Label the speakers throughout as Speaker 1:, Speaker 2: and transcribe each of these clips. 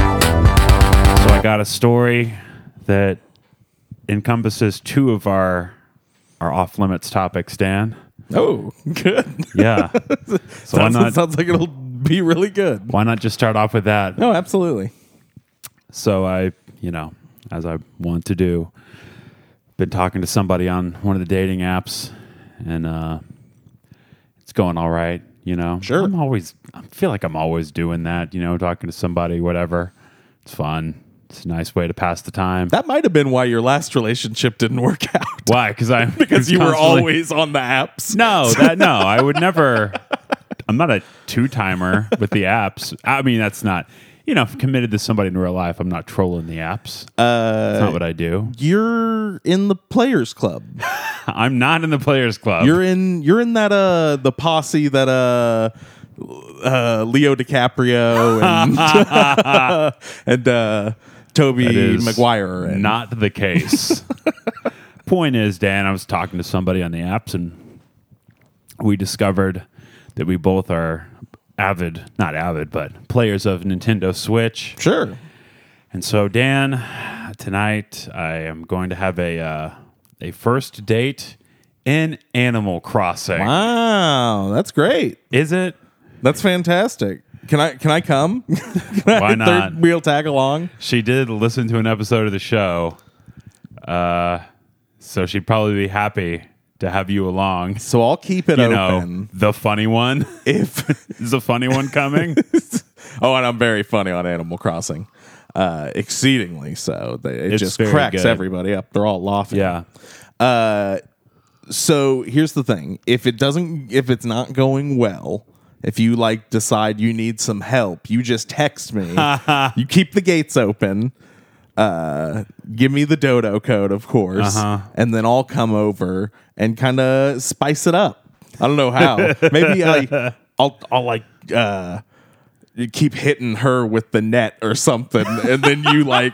Speaker 1: So I got a story that encompasses two of our our off limits topics, Dan.
Speaker 2: Oh, good.
Speaker 1: Yeah. So why
Speaker 2: Sounds,
Speaker 1: not
Speaker 2: sounds like it'll be really good.
Speaker 1: why not just start off with that?
Speaker 2: No, absolutely.
Speaker 1: So I, you know, as I want to do, been talking to somebody on one of the dating apps and uh it's going all right, you know.
Speaker 2: Sure.
Speaker 1: I'm always I feel like I'm always doing that, you know, talking to somebody, whatever. It's fun. It's a nice way to pass the time.
Speaker 2: That might have been why your last relationship didn't work out
Speaker 1: Why? Because I
Speaker 2: because you were
Speaker 1: constantly-
Speaker 2: always on the apps.
Speaker 1: No, that no, I would never. I'm not a two timer with the apps. I mean, that's not. You know, if committed to somebody in real life, I'm not trolling the apps. Uh, that's not what I do.
Speaker 2: You're in the players club.
Speaker 1: I'm not in the players club.
Speaker 2: You're in you're in that uh the posse that uh uh Leo DiCaprio and and uh
Speaker 1: That
Speaker 2: Toby
Speaker 1: is
Speaker 2: Maguire and
Speaker 1: Not the case. Point is, Dan, I was talking to somebody on the apps, and we discovered that we both are avid, not avid, but players of Nintendo Switch.
Speaker 2: sure.
Speaker 1: And so, Dan, tonight I am going to have a uh, a first date in Animal Crossing.
Speaker 2: Wow, that's great.
Speaker 1: Is it?
Speaker 2: That's fantastic. Can I can I come? Can
Speaker 1: Why
Speaker 2: I
Speaker 1: not?
Speaker 2: Third wheel tag along.
Speaker 1: She did listen to an episode of the show, uh, so she'd probably be happy to have you along.
Speaker 2: So I'll keep it
Speaker 1: You
Speaker 2: open.
Speaker 1: know, the funny one
Speaker 2: If
Speaker 1: is the funny one coming.
Speaker 2: oh, and I'm very funny on Animal Crossing, uh, exceedingly so. They, it
Speaker 1: It's
Speaker 2: just
Speaker 1: very
Speaker 2: cracks
Speaker 1: good.
Speaker 2: everybody up. They're all laughing.
Speaker 1: yeah,
Speaker 2: So here's the thing: if it doesn't, if it's not going well, if you like decide you need some help, you just text me. you keep the gates open. Uh, give me the dodo code, of course, and then I'll come over and kind of spice it up. I don't know how. Maybe I, I'll, I'll like. Uh, you keep hitting her with the net or something, and then you like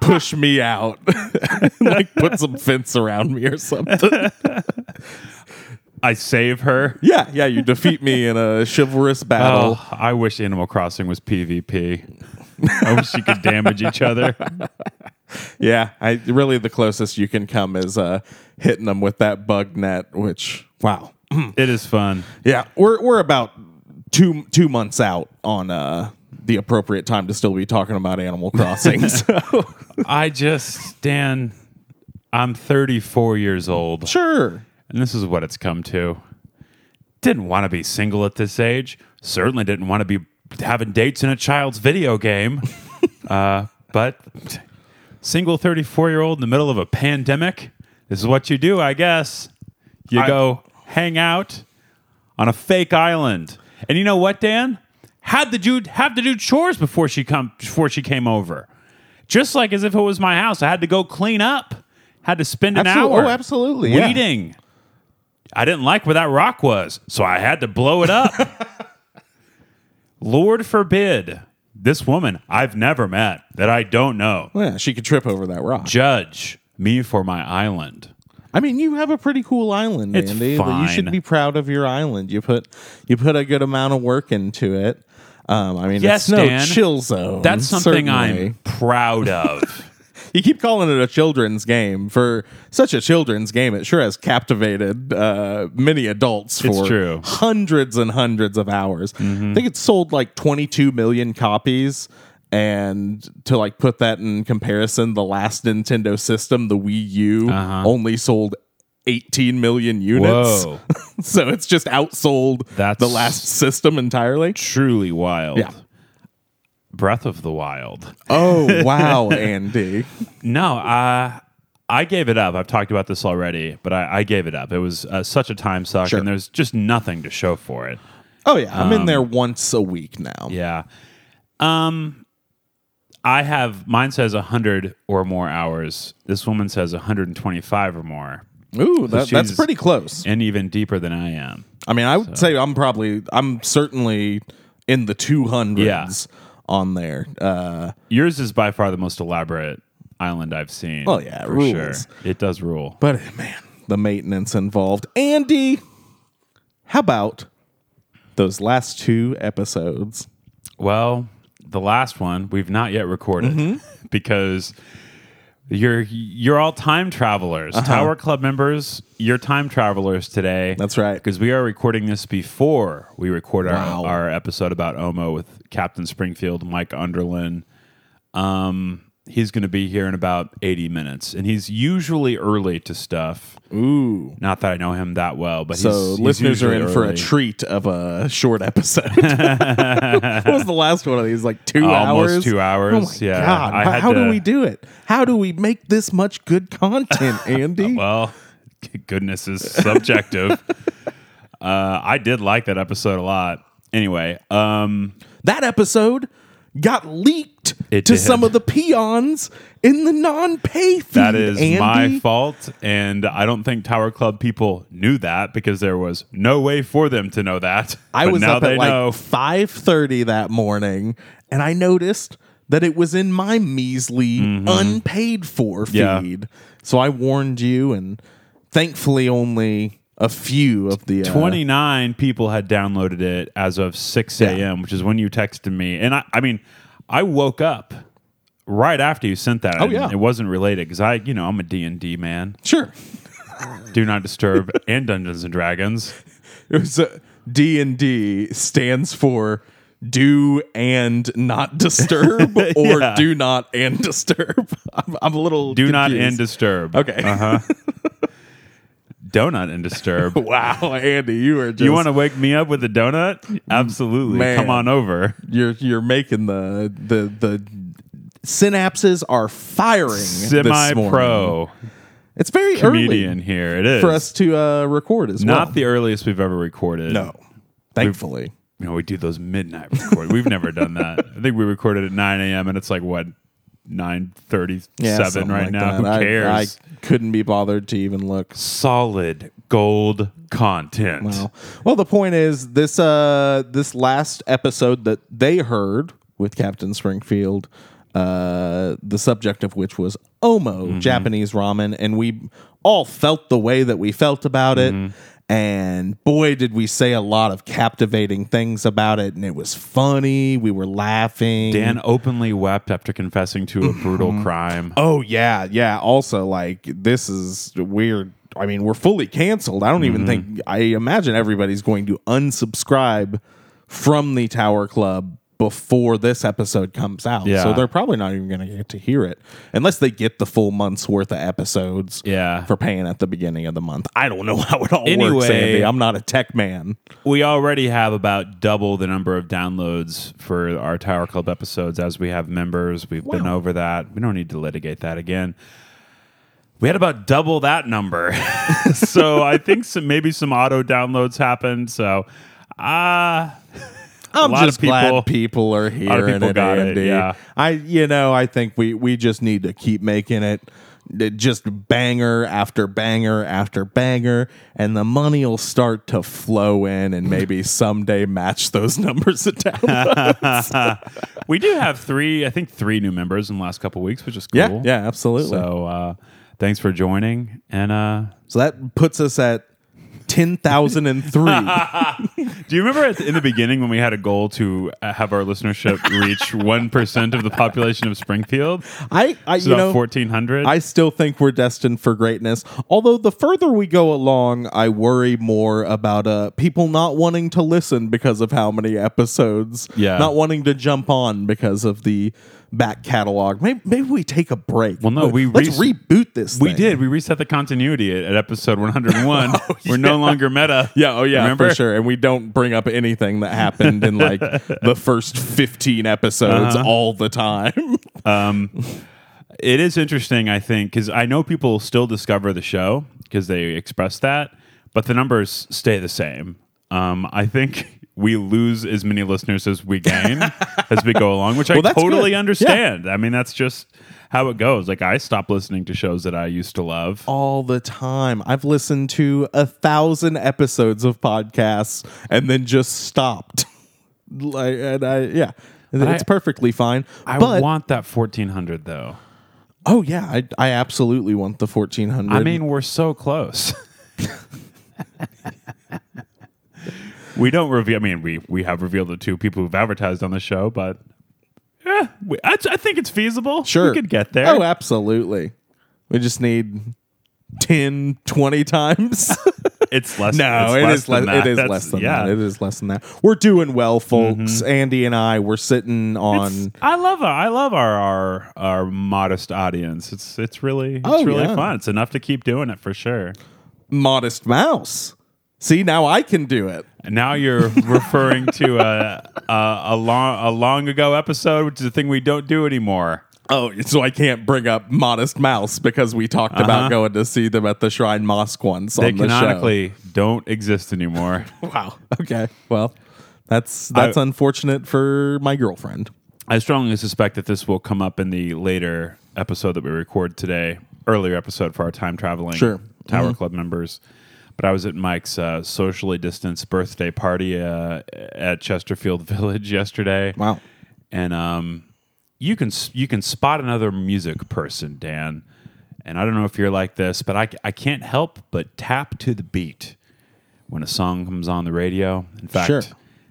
Speaker 2: push me out, like put some fence around me or something.
Speaker 1: I save her.
Speaker 2: Yeah, yeah, you defeat me in a chivalrous battle.
Speaker 1: Oh, I wish Animal Crossing was PvP. I wish you could damage each other.
Speaker 2: Yeah, I really the closest you can come is uh hitting them with that bug net, which wow.
Speaker 1: It is fun.
Speaker 2: Yeah, we're we're about 2 2 months out on uh the appropriate time to still be talking about Animal Crossing. so
Speaker 1: I just, Dan, I'm 34 years old,
Speaker 2: sure.
Speaker 1: and this is what it's come to. Didn't want to be single at this age. Certainly didn't want to be having dates in a child's video game. uh, but single 34 year old in the middle of a pandemic, this is what you do, I guess. You
Speaker 2: I-
Speaker 1: go hang out on a fake island. And you know what, Dan? Had the dude have to do chores before she come before she came over. Just like as if it was my house. I had to go clean up. Had to spend an
Speaker 2: Absolute-
Speaker 1: hour.
Speaker 2: oh, absolutely, yeah.
Speaker 1: Weeding. I didn't like where that rock was, so I had to blow it up. Lord forbid this woman I've never met that I don't know
Speaker 2: Well, yeah, she could trip over that rock.
Speaker 1: judge me for my island.
Speaker 2: I mean, you have a pretty cool island,
Speaker 1: It's
Speaker 2: Andy. You
Speaker 1: fine.
Speaker 2: should be proud of your island. You put you put a good amount of work into it. Um, I mean,
Speaker 1: Yes,
Speaker 2: it's no
Speaker 1: Dan.
Speaker 2: chill zone.
Speaker 1: That's something
Speaker 2: Mm, certainly.
Speaker 1: I'm proud of.
Speaker 2: You keep calling it a children's game. For such a children's game, it sure has captivated uh, many adults for
Speaker 1: true.
Speaker 2: hundreds and hundreds of hours. I think it's sold like 22 million copies. And to like put that in comparison, the last Nintendo system, the Wii U, only sold 18 million units.
Speaker 1: Whoa.
Speaker 2: so it's just outsold
Speaker 1: That's-
Speaker 2: the last system entirely.
Speaker 1: Truly wild.
Speaker 2: Yeah.
Speaker 1: Breath of the Wild.
Speaker 2: Oh, wow, Andy.
Speaker 1: No, uh, I gave it up. I've talked about this already, but I, I gave it up. It was uh, such a time suck,
Speaker 2: Sure.
Speaker 1: and there's just nothing to show for it.
Speaker 2: Oh, yeah. I'm in there once a week now.
Speaker 1: Yeah. Um, I have mine says 100 or more hours. This woman says 125 or more,
Speaker 2: Ooh, that, that's
Speaker 1: she's-
Speaker 2: pretty close.
Speaker 1: and even deeper than I am.
Speaker 2: I mean, I would say I'm probably, I'm certainly in the 200s on there. Uh,
Speaker 1: Yours is by far the most elaborate island I've seen.
Speaker 2: Oh, yeah, it
Speaker 1: for
Speaker 2: rules.
Speaker 1: sure. It does rule.
Speaker 2: but man, the maintenance involved. Andy, how about those last two episodes?
Speaker 1: Well, the last one we've not yet recorded
Speaker 2: Mm-hmm.
Speaker 1: because you're you're all time travelers.
Speaker 2: Uh-huh.
Speaker 1: Tower Club members, you're time travelers today.
Speaker 2: That's right.
Speaker 1: Because we are recording this before we record our,
Speaker 2: Wow.
Speaker 1: our episode about Omo with Captain Springfield, Mike Underlin. Um, he's going to be here in about 80 minutes, and he's usually early to stuff.
Speaker 2: Ooh.
Speaker 1: Not that I know him that well, but
Speaker 2: So
Speaker 1: he's, he's
Speaker 2: listeners are in
Speaker 1: usually
Speaker 2: for a
Speaker 1: early.
Speaker 2: treat of a short episode. what was the last one of these? Like two
Speaker 1: Almost
Speaker 2: hours?
Speaker 1: two hours,
Speaker 2: Oh my
Speaker 1: yeah.
Speaker 2: God.
Speaker 1: I
Speaker 2: How-
Speaker 1: had
Speaker 2: How
Speaker 1: to-
Speaker 2: do we do it? How do we make this much good content, Andy?
Speaker 1: Well, goodness is subjective. uh, I did like that episode a lot. Anyway, um,
Speaker 2: that episode got leaked
Speaker 1: It
Speaker 2: to
Speaker 1: did.
Speaker 2: some of the peons in the non-pay feed.
Speaker 1: that is
Speaker 2: Andy.
Speaker 1: my fault, and I don't think Tower Club people knew that because there was no way for them to know that.
Speaker 2: I
Speaker 1: But
Speaker 2: was
Speaker 1: now
Speaker 2: up
Speaker 1: they
Speaker 2: at like
Speaker 1: know.
Speaker 2: 5:30 that morning and I noticed that it was in my measly unpaid for
Speaker 1: Mm-hmm. Yeah.
Speaker 2: feed. So I warned you and thankfully only a few of the uh,
Speaker 1: 29 people had downloaded it as of 6 a.m., which is when you texted me. And I, I mean, I woke up right after you sent that. and
Speaker 2: Oh, yeah.
Speaker 1: It wasn't related because I, you know, I'm a D&D man.
Speaker 2: Sure.
Speaker 1: Do Not Disturb and Dungeons and Dragons.
Speaker 2: It was uh, D&D stands for do and not disturb or
Speaker 1: Yeah.
Speaker 2: do not and disturb. I'm, I'm a little
Speaker 1: Do not and Uh-huh.
Speaker 2: confused.
Speaker 1: disturb.
Speaker 2: Okay.
Speaker 1: Donut and disturb.
Speaker 2: wow, Andy, you are just
Speaker 1: you want to wake me up with a donut? Absolutely.
Speaker 2: Man.
Speaker 1: Come on over.
Speaker 2: you're you're making the the the synapses are firing this
Speaker 1: Semi
Speaker 2: morning.
Speaker 1: pro
Speaker 2: It's very
Speaker 1: comedian
Speaker 2: early
Speaker 1: here. It is.
Speaker 2: for us to uh, record as
Speaker 1: Not
Speaker 2: well.
Speaker 1: the earliest we've ever recorded.
Speaker 2: no, thankfully.
Speaker 1: You know, we do those midnight record. we've never done that. I think we recorded at 9 a.m. and it's like, what, 9.37
Speaker 2: something
Speaker 1: right
Speaker 2: like
Speaker 1: now? Who
Speaker 2: that. I-
Speaker 1: cares?
Speaker 2: I, couldn't be bothered to even look.
Speaker 1: Solid gold content.
Speaker 2: Well, well, the point is this: uh, this last episode that they heard with Captain Springfield, uh, the subject of which was omo Japanese ramen, and we all felt the way that we felt about it. And boy, did we say a lot of captivating things about it, and it was funny. We were laughing.
Speaker 1: Dan openly wept after confessing to a brutal crime.
Speaker 2: Oh yeah, yeah. Also, like this is weird. I mean, we're fully canceled. I don't even
Speaker 1: Mm-hmm.
Speaker 2: think. I imagine everybody's going to unsubscribe from the Tower Club before this episode comes out.
Speaker 1: Yeah.
Speaker 2: So they're probably not even going to get to hear it unless they get the full month's worth of episodes.
Speaker 1: Yeah.
Speaker 2: For paying at the beginning of the month. I don't know how it all works,
Speaker 1: Anyway-
Speaker 2: Andy. I'm not a tech man.
Speaker 1: We already have about double the number of downloads for our Tower Club episodes as we have members. We've been
Speaker 2: Wow.
Speaker 1: over that. We don't need to litigate that again. We had about double that number. so I think some maybe some auto downloads happened. So ah
Speaker 2: I'm
Speaker 1: lot of
Speaker 2: just glad
Speaker 1: people-
Speaker 2: people are
Speaker 1: lot of
Speaker 2: hearing
Speaker 1: people
Speaker 2: it,
Speaker 1: got it,
Speaker 2: Andy.
Speaker 1: yeah.
Speaker 2: I, you know, I think we we just need to keep making it, th- just banger after banger after banger, and the money will start to flow in, and maybe someday match those numbers of downloads.
Speaker 1: we do have three, I think three new members in the last couple weeks, which is cool.
Speaker 2: yeah, yeah, absolutely. So,
Speaker 1: So uh thanks for joining. And uh
Speaker 2: that puts us at ten thousand and three.
Speaker 1: Do you remember at the, in the beginning when we had a goal to uh, have our listenership reach one percent of the population of Springfield?
Speaker 2: I, I,
Speaker 1: It's
Speaker 2: you
Speaker 1: about
Speaker 2: know,
Speaker 1: fourteen hundred.
Speaker 2: I still think we're destined for greatness. Although the further we go along, I worry more about uh, people not wanting to listen because of how many episodes,
Speaker 1: Yeah.
Speaker 2: not wanting to jump on because of the back catalog. Maybe, maybe we take a break.
Speaker 1: Well, no, we
Speaker 2: let's
Speaker 1: re-
Speaker 2: reboot this.
Speaker 1: We
Speaker 2: thing.
Speaker 1: did. We reset the continuity at, at episode one hundred and one. We're no longer meta.
Speaker 2: Oh, Yeah, oh yeah,
Speaker 1: Remember?
Speaker 2: for sure. And we don't bring up anything that happened in like the first 15 episodes
Speaker 1: Uh-huh.
Speaker 2: all the time.
Speaker 1: It is interesting, I think, because I know people still discover the show because they express that, but the numbers stay the same. Um, I think we lose as many listeners as we gain as we go along, which
Speaker 2: Well,
Speaker 1: I
Speaker 2: that's
Speaker 1: totally
Speaker 2: good. Yeah.
Speaker 1: understand. I mean, that's just how it goes. Like, I stopped listening to shows that I used to love.
Speaker 2: all the time. I've listened to a thousand episodes of podcasts and then just stopped. like, and I, yeah, It's
Speaker 1: I-
Speaker 2: perfectly fine.
Speaker 1: I
Speaker 2: but
Speaker 1: want that 1400 though.
Speaker 2: oh yeah, I, I absolutely want the fourteen hundred.
Speaker 1: I mean, we're so close. we don't reveal. I mean, we we have revealed the two people who've advertised on the show, but yeah, we, I, I think it's feasible.
Speaker 2: sure,
Speaker 1: we could get there.
Speaker 2: Oh, absolutely. We just need 10, 20 times.
Speaker 1: it's less.
Speaker 2: No,
Speaker 1: it's
Speaker 2: it
Speaker 1: less
Speaker 2: is
Speaker 1: than
Speaker 2: less.
Speaker 1: that.
Speaker 2: It is
Speaker 1: That's-
Speaker 2: less than
Speaker 1: yeah. Mm-hmm.
Speaker 2: that. It is less than that. We're doing well, folks. Andy and I, we're sitting on.
Speaker 1: It's- I love our, I love our, our our modest audience. It's it's really it's
Speaker 2: Oh,
Speaker 1: really
Speaker 2: yeah.
Speaker 1: fun. It's enough to keep doing it for sure.
Speaker 2: Modest Mouse. See, now I can do it.
Speaker 1: And now you're referring to a, a a long a long ago episode, which is a thing we don't do anymore.
Speaker 2: Oh, so I can't bring up Modest Mouse because we talked about going to see them at the Shrine Mosque once
Speaker 1: Uh-huh. They
Speaker 2: on the
Speaker 1: canonically don't exist anymore.
Speaker 2: show. Wow. Okay. Well, that's that's
Speaker 1: I-
Speaker 2: unfortunate for my girlfriend.
Speaker 1: I strongly suspect that this will come up in the later episode that we record today, earlier episode for our time traveling
Speaker 2: Sure.
Speaker 1: Tower Club members. But I was at Mike's uh, socially distanced birthday party uh, at Chesterfield Village yesterday.
Speaker 2: Wow.
Speaker 1: And um, you can s- you can spot another music person, Dan. And I don't know if you're like this, but I, c- I can't help but tap to the beat when a song comes on the radio. In fact,
Speaker 2: Sure.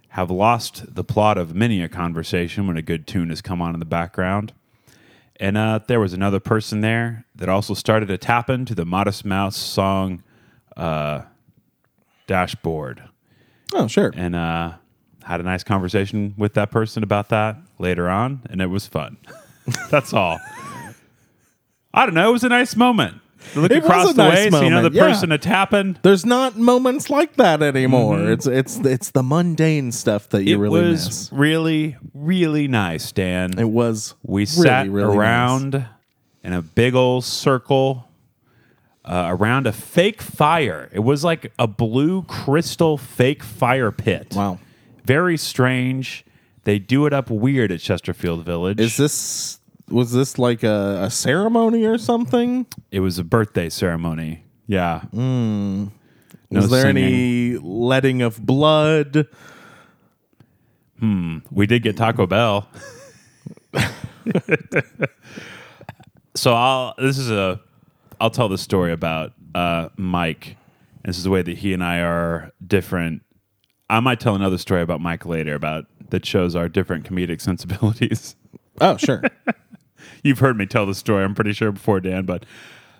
Speaker 1: have lost the plot of many a conversation when a good tune has come on in the background. And uh, there was another person there that also started a tapping to the Modest Mouse song uh, Dashboard
Speaker 2: Oh, sure.
Speaker 1: and uh, had a nice conversation with that person about that later on, and it was fun. That's all. I don't know. It was a nice moment. To look
Speaker 2: It was
Speaker 1: across
Speaker 2: a
Speaker 1: the
Speaker 2: nice
Speaker 1: way, see another
Speaker 2: moment, yeah.
Speaker 1: person a tapping.
Speaker 2: There's not moments like that anymore. It's it's it's the mundane stuff that you
Speaker 1: Mm-hmm. it
Speaker 2: really
Speaker 1: was
Speaker 2: miss.
Speaker 1: really, really nice, Dan.
Speaker 2: It was
Speaker 1: we
Speaker 2: really,
Speaker 1: sat
Speaker 2: really nice.
Speaker 1: around in a big old circle uh, around a fake fire. It was like a blue crystal fake fire pit.
Speaker 2: Wow.
Speaker 1: Very strange. They do it up weird at Chesterfield Village.
Speaker 2: Is this was this like a, a ceremony or something?
Speaker 1: it was a birthday ceremony. Yeah. No
Speaker 2: was Hmm. there
Speaker 1: singing.
Speaker 2: any letting of blood?
Speaker 1: We did get Taco Bell. so I'll this is a I'll tell the story about uh, Mike. This is the way that he and I are different. I might tell another story about Mike later about that shows our different comedic sensibilities.
Speaker 2: Oh, sure.
Speaker 1: You've heard me tell the story, I'm pretty sure before Dan, but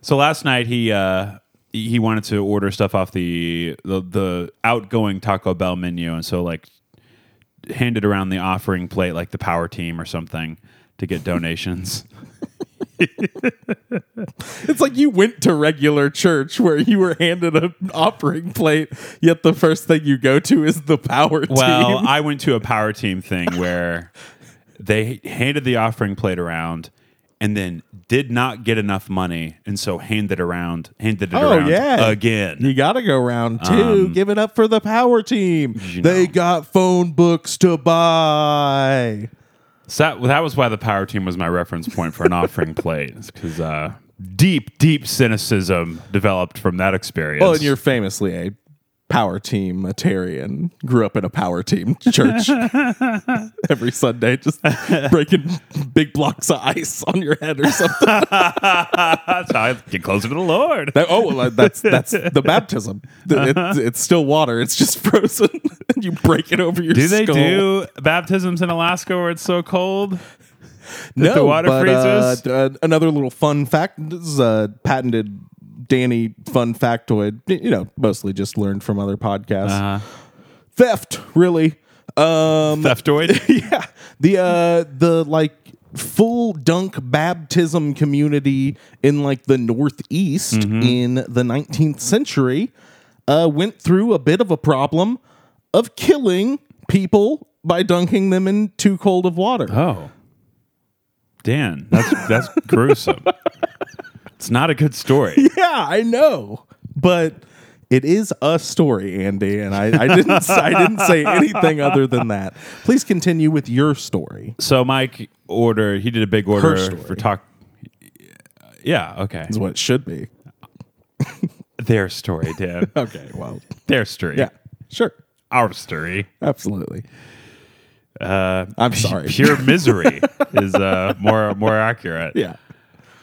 Speaker 1: so last night he uh he he wanted to order stuff off the the, the outgoing Taco Bell menu and so like handed around the offering plate like the power team or something to get donations.
Speaker 2: it's like you went to regular church where you were handed an offering plate, yet the first thing you go to is the power
Speaker 1: Well,
Speaker 2: team.
Speaker 1: I went to a power team thing where they handed the offering plate around and then did not get enough money and so handed around handed it
Speaker 2: Oh,
Speaker 1: around
Speaker 2: yeah.
Speaker 1: again.
Speaker 2: You gotta go round two. Give it up for the power team.
Speaker 1: you
Speaker 2: They
Speaker 1: know.
Speaker 2: got phone books to buy.
Speaker 1: So that, that was why the power team was my reference point for an offering plate, because uh, deep, deep cynicism developed from that experience.
Speaker 2: Well, and you're famously a power team Atarian. Grew up in a power team church every Sunday, just breaking big blocks of ice on your head or something.
Speaker 1: that's how I get closer to the Lord.
Speaker 2: That- oh, well, that's that's the baptism. Th-
Speaker 1: Uh-huh.
Speaker 2: It's, it's still water. It's just frozen, and you break it over your.
Speaker 1: Do they
Speaker 2: skull.
Speaker 1: do baptisms in Alaska where it's so cold?
Speaker 2: No,
Speaker 1: the water
Speaker 2: but, uh,
Speaker 1: freezes?
Speaker 2: d- uh, another little fun fact. This is a patented Danny fun factoid. y- You know, mostly just learned from other podcasts.
Speaker 1: Uh-huh.
Speaker 2: Theft, really. Um,
Speaker 1: Theftoid?
Speaker 2: yeah the uh the like full dunk baptism community in like the northeast in the 19th century uh went through a bit of a problem of killing people by dunking them in too cold of water
Speaker 1: Oh, Dan, that's that's gruesome. It's not a good story.
Speaker 2: yeah i know but it is a story andy and i, I didn't i didn't say anything other than that please continue with your story
Speaker 1: So Mike ordered. He did a big
Speaker 2: Her
Speaker 1: order
Speaker 2: story.
Speaker 1: for talk. Yeah. Okay.
Speaker 2: is what it should be
Speaker 1: Their story, Dan.
Speaker 2: okay well
Speaker 1: Their story.
Speaker 2: yeah sure
Speaker 1: Our story.
Speaker 2: absolutely
Speaker 1: Uh,
Speaker 2: I'm sorry.
Speaker 1: Pure misery is uh, more more accurate
Speaker 2: yeah.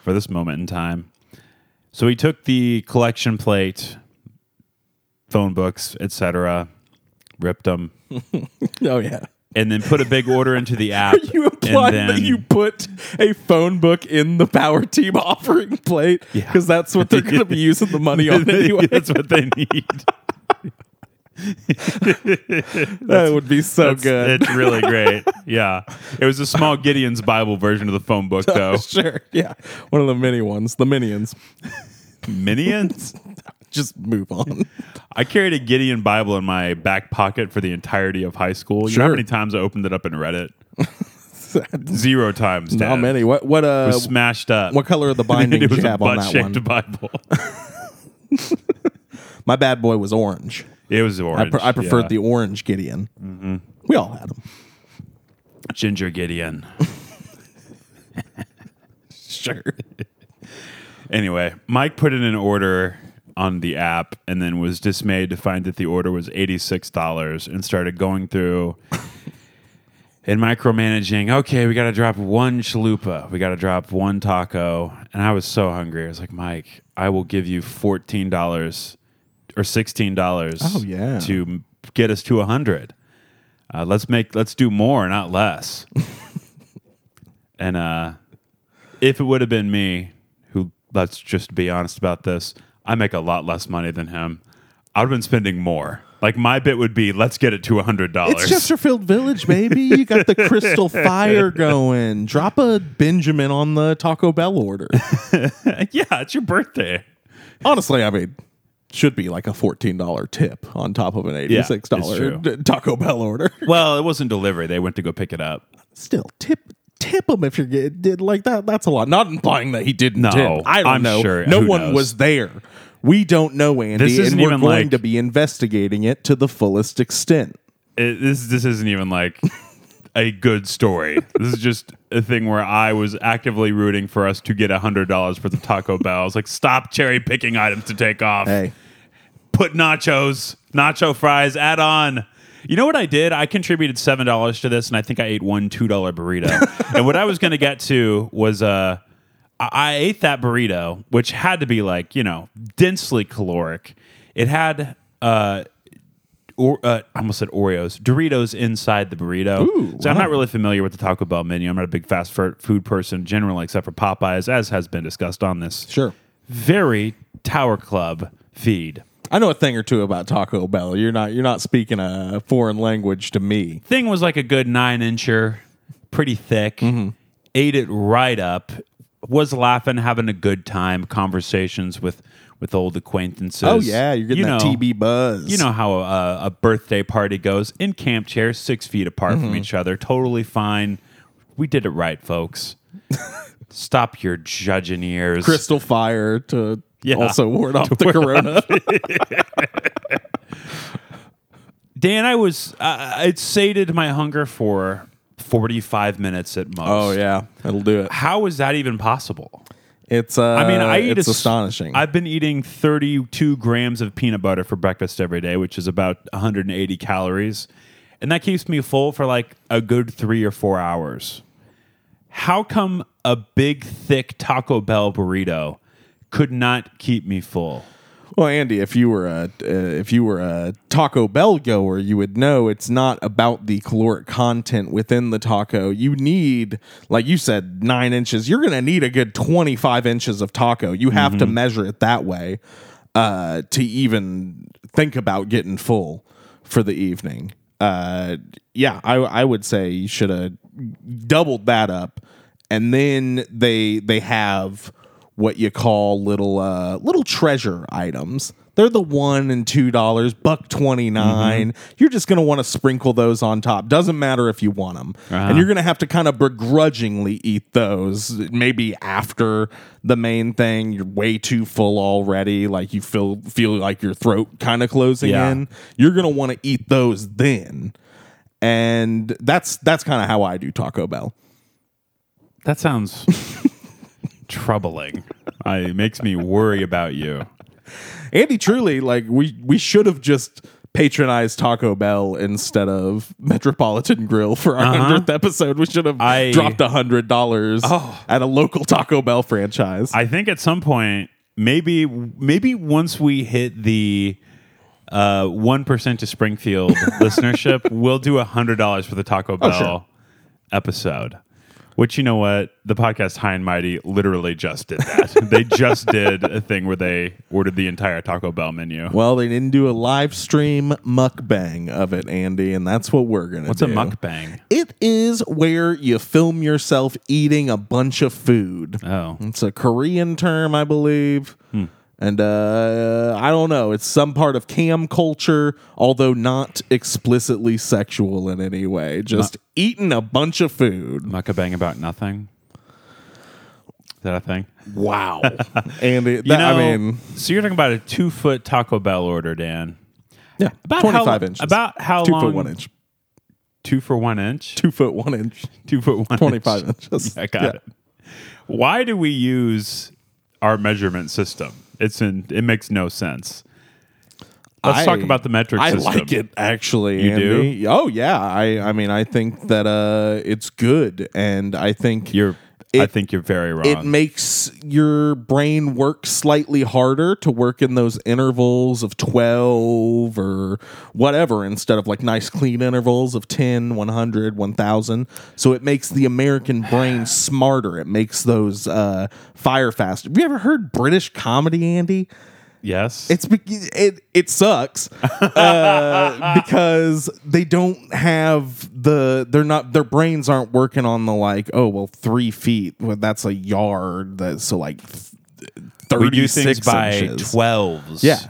Speaker 1: for this moment in time. So he took the collection plate, phone books, etc., ripped them,
Speaker 2: Oh yeah.
Speaker 1: and then put a big order into the app.
Speaker 2: You
Speaker 1: and
Speaker 2: implied that
Speaker 1: then-
Speaker 2: you put a phone book in the power team offering plate
Speaker 1: Yeah.
Speaker 2: because that's what they're going to be using the money on anyway.
Speaker 1: That's what they need.
Speaker 2: that would be so good.
Speaker 1: It's really great. Yeah. It was a small Gideon's Bible version of the phone book, though.
Speaker 2: sure. Yeah. One of the mini ones, the minions.
Speaker 1: Minions?
Speaker 2: Just move on.
Speaker 1: I carried a Gideon Bible in my back pocket for the entirety of high school. You know how
Speaker 2: Sure.
Speaker 1: many times I opened it up and read it? Zero times.
Speaker 2: How
Speaker 1: Dad.
Speaker 2: many? What? What?
Speaker 1: It
Speaker 2: Uh,
Speaker 1: was smashed up.
Speaker 2: what color of the binding
Speaker 1: it was a
Speaker 2: tab on that
Speaker 1: butt-shaped
Speaker 2: one?
Speaker 1: Bible.
Speaker 2: My bad boy was orange.
Speaker 1: It was
Speaker 2: I,
Speaker 1: orange.
Speaker 2: pre- I preferred
Speaker 1: yeah. Mm-hmm.
Speaker 2: the orange Gideon. We all had them.
Speaker 1: ginger Gideon.
Speaker 2: Sure.
Speaker 1: Anyway, Mike put in an order on the app and then was dismayed to find that the order was $86 and started going through and micromanaging. Okay, we got to drop one chalupa. We got to drop one taco. And I was so hungry. I was like, Mike, I will give you $14 or $16
Speaker 2: Oh, yeah.
Speaker 1: to m- get us to 100. Uh, let's make let's do more, not less. and uh if it would have been me, who let's just be honest about this, I make a lot less money than him. I'd have been spending more. Like my bit would be, let's get it to hundred
Speaker 2: It's
Speaker 1: dollars.
Speaker 2: Chesterfield Village, baby. You got the crystal fire going. Drop a Benjamin on the Taco Bell order.
Speaker 1: yeah, it's your birthday.
Speaker 2: Honestly, I mean, should be like a fourteen dollar tip on top of an eighty six
Speaker 1: it's
Speaker 2: dollar
Speaker 1: true.
Speaker 2: Taco Bell order.
Speaker 1: Well, it wasn't delivery. They went to go pick it up.
Speaker 2: Still, tip tip him if you're getting did like that. That's a lot. Not implying that he didn't.
Speaker 1: No,
Speaker 2: tip. I don't
Speaker 1: I'm
Speaker 2: know.
Speaker 1: sure.
Speaker 2: No
Speaker 1: Who
Speaker 2: one
Speaker 1: knows?
Speaker 2: was there. We don't know, Andy,
Speaker 1: This isn't
Speaker 2: and we're
Speaker 1: even
Speaker 2: going
Speaker 1: like-
Speaker 2: to be investigating it to the fullest extent.
Speaker 1: It, this this isn't even like a good story. This is just a thing where I was actively rooting for us to get hundred dollars for the Taco Bell. I was like, stop cherry picking items to take off.
Speaker 2: Hey,
Speaker 1: put nachos, nacho fries, add on. You know what I did? I contributed seven dollars to this, and I think I ate one two dollar burrito. and what I was going to get to was uh, I-, I ate that burrito, which had to be like you know densely caloric. It had uh, or uh, I almost said Oreos, Doritos inside the burrito.
Speaker 2: Ooh,
Speaker 1: so I'm
Speaker 2: wow.
Speaker 1: not really familiar with the Taco Bell menu. I'm not a big fast fu- food person generally, except for Popeyes, as has been discussed on this
Speaker 2: sure.
Speaker 1: very Tower Club feed.
Speaker 2: I know a thing or two about Taco Bell. You're not you're not speaking a foreign language to me.
Speaker 1: thing was like a good nine incher, pretty thick.
Speaker 2: Mm-hmm.
Speaker 1: Ate it right up. Was laughing, having a good time, conversations with with old acquaintances.
Speaker 2: Oh yeah, you're getting that TB buzz.
Speaker 1: You know how a, a birthday party goes in camp chairs, six feet apart
Speaker 2: Mm-hmm.
Speaker 1: from each other, totally fine. We did it right, folks. Stop your judging ears.
Speaker 2: crystal fire to
Speaker 1: Yeah.
Speaker 2: also ward off the corona.
Speaker 1: Dan, I was uh, it sated my hunger for forty five minutes at most.
Speaker 2: oh yeah, it'll do it.
Speaker 1: How is that even possible?
Speaker 2: It's uh,
Speaker 1: I mean, I eat
Speaker 2: it's
Speaker 1: a s-
Speaker 2: astonishing.
Speaker 1: I've been eating 32 grams of peanut butter for breakfast every day, which is about 180 calories. And that keeps me full for like a good three or four hours. How come a big, thick Taco Bell burrito could not keep me full?
Speaker 2: well, Andy, if you were a uh, if you were a Taco Bell goer, you would know it's not about the caloric content within the taco. You need, like you said, nine inches. You're gonna need a good twenty five inches of taco. You have to measure it that way uh, to even think about getting full for the evening. Uh, yeah, I, I would say you should have doubled that up, and then they they have what you call little uh, little treasure items. They're the one and two dollars, buck 29 you You're just gonna want to sprinkle those on top. Doesn't matter if you want them, and you're gonna have to kind of begrudgingly eat those. Maybe after the main thing, you're way too full already. Like you feel feel like your throat kind of closing
Speaker 1: Yeah.
Speaker 2: in. You're gonna want to eat those then, and that's that's kind of how I do Taco Bell.
Speaker 1: That sounds troubling. I, it makes me worry about you.
Speaker 2: Andy, truly, like we we should have just patronize Taco Bell instead of Metropolitan Grill for our 100th episode. We should have
Speaker 1: Uh-huh. I-
Speaker 2: dropped $100
Speaker 1: Oh.
Speaker 2: at a local Taco Bell franchise.
Speaker 1: I think at some point, maybe maybe once we hit the uh, one to Springfield listenership, we'll do hundred dollars for the Taco Bell
Speaker 2: Oh, sure.
Speaker 1: episode. Which you know what the podcast High and Mighty literally just did that. they just did a thing where they ordered the entire Taco Bell menu.
Speaker 2: well, they didn't do a live stream mukbang of it, Andy, and that's what we're going to do.
Speaker 1: What's a mukbang?
Speaker 2: It is where you film yourself eating a bunch of food.
Speaker 1: Oh,
Speaker 2: It's a Korean term, I believe.
Speaker 1: Hmm.
Speaker 2: And uh, I don't know. It's some part of cam culture, although not explicitly sexual in any way. Just eating a bunch of food.
Speaker 1: mukbang about nothing. Is that a thing?
Speaker 2: Wow. and it,
Speaker 1: You
Speaker 2: that,
Speaker 1: know,
Speaker 2: I mean,
Speaker 1: so you're talking about a two foot Taco Bell order, Dan.
Speaker 2: yeah,
Speaker 1: About how,
Speaker 2: 25 inches.
Speaker 1: About how
Speaker 2: two
Speaker 1: long?
Speaker 2: foot one inch.
Speaker 1: Two for one inch.
Speaker 2: Two foot one inch.
Speaker 1: Two foot one.
Speaker 2: 25
Speaker 1: inch.
Speaker 2: inches.
Speaker 1: I got
Speaker 2: Yeah.
Speaker 1: it. Why do we use our measurement system? It's in. It makes no sense. Let's
Speaker 2: I-
Speaker 1: talk about the metric
Speaker 2: I
Speaker 1: system.
Speaker 2: like it actually.
Speaker 1: You
Speaker 2: Andy. Oh yeah. I I mean I think that uh it's good and I think
Speaker 1: You're. I
Speaker 2: It-
Speaker 1: think you're very wrong.
Speaker 2: it makes your brain work slightly harder to work in those intervals of 12 or whatever instead of like nice clean intervals of 10 100 1000 so it makes the american brain smarter it makes those uh, fire fast have you ever heard british comedy andy
Speaker 1: yes.
Speaker 2: it's be- it it sucks uh, because they don't have the they're not their brains aren't working on the like oh well three feet well that's a yard that so like
Speaker 1: we
Speaker 2: thirty
Speaker 1: do things
Speaker 2: six
Speaker 1: by
Speaker 2: inches.
Speaker 1: twelves.
Speaker 2: yeah.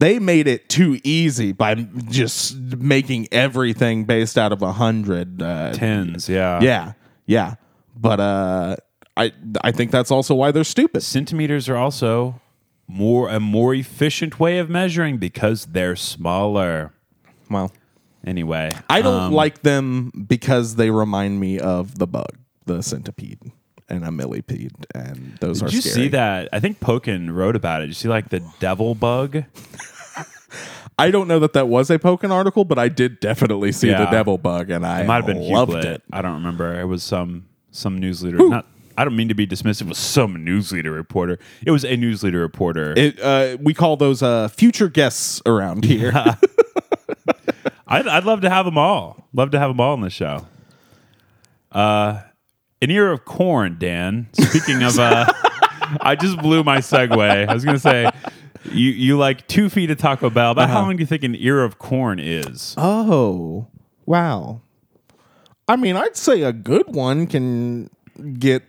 Speaker 2: They made it too easy by just making everything based out of a hundred uh,
Speaker 1: Tens. Yeah.
Speaker 2: yeah yeah but uh I I think that's also why they're stupid
Speaker 1: Centimeters are also more a more efficient way of measuring because they're smaller.
Speaker 2: well.
Speaker 1: Anyway,
Speaker 2: I don't like them because they remind me of the bug, the centipede, and a millipede, and those are
Speaker 1: Did you
Speaker 2: scary.
Speaker 1: see that? I think Pokin wrote about it. Did you see like the devil bug?
Speaker 2: I don't know that that was a Pokin article, but I did definitely see
Speaker 1: Yeah.
Speaker 2: the devil bug, and I
Speaker 1: It might have been
Speaker 2: Oh, loved
Speaker 1: Hewlett.
Speaker 2: it.
Speaker 1: I don't remember. It was some some news leader. Not. I don't mean to be dismissive. It was some news leader reporter. It was a news leader reporter.
Speaker 2: It, uh, we call those uh, future guests around here.
Speaker 1: I'd, I'd love to have them all. Love to have them all on the show. Uh, an ear of corn, Dan. Speaking of, uh, I just blew my segue. I was going to say, you you like two feet of Taco Bell. About
Speaker 2: Uh-huh.
Speaker 1: how long do you think an ear of corn is?
Speaker 2: oh, wow! I mean, I'd say a good one can get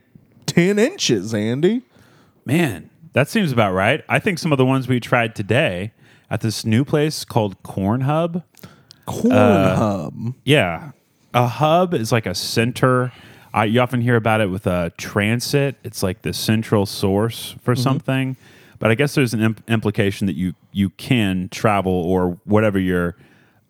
Speaker 2: ten inches, Andy.
Speaker 1: Man, that seems about right. I think some of the ones we tried today at this new place called Corn Hub.
Speaker 2: Corn hub.
Speaker 1: Yeah. A hub is like a center. I, you often hear about it with uh, transit. It's like the central source for something. But I guess there's an imp- implication that you you can travel or whatever you're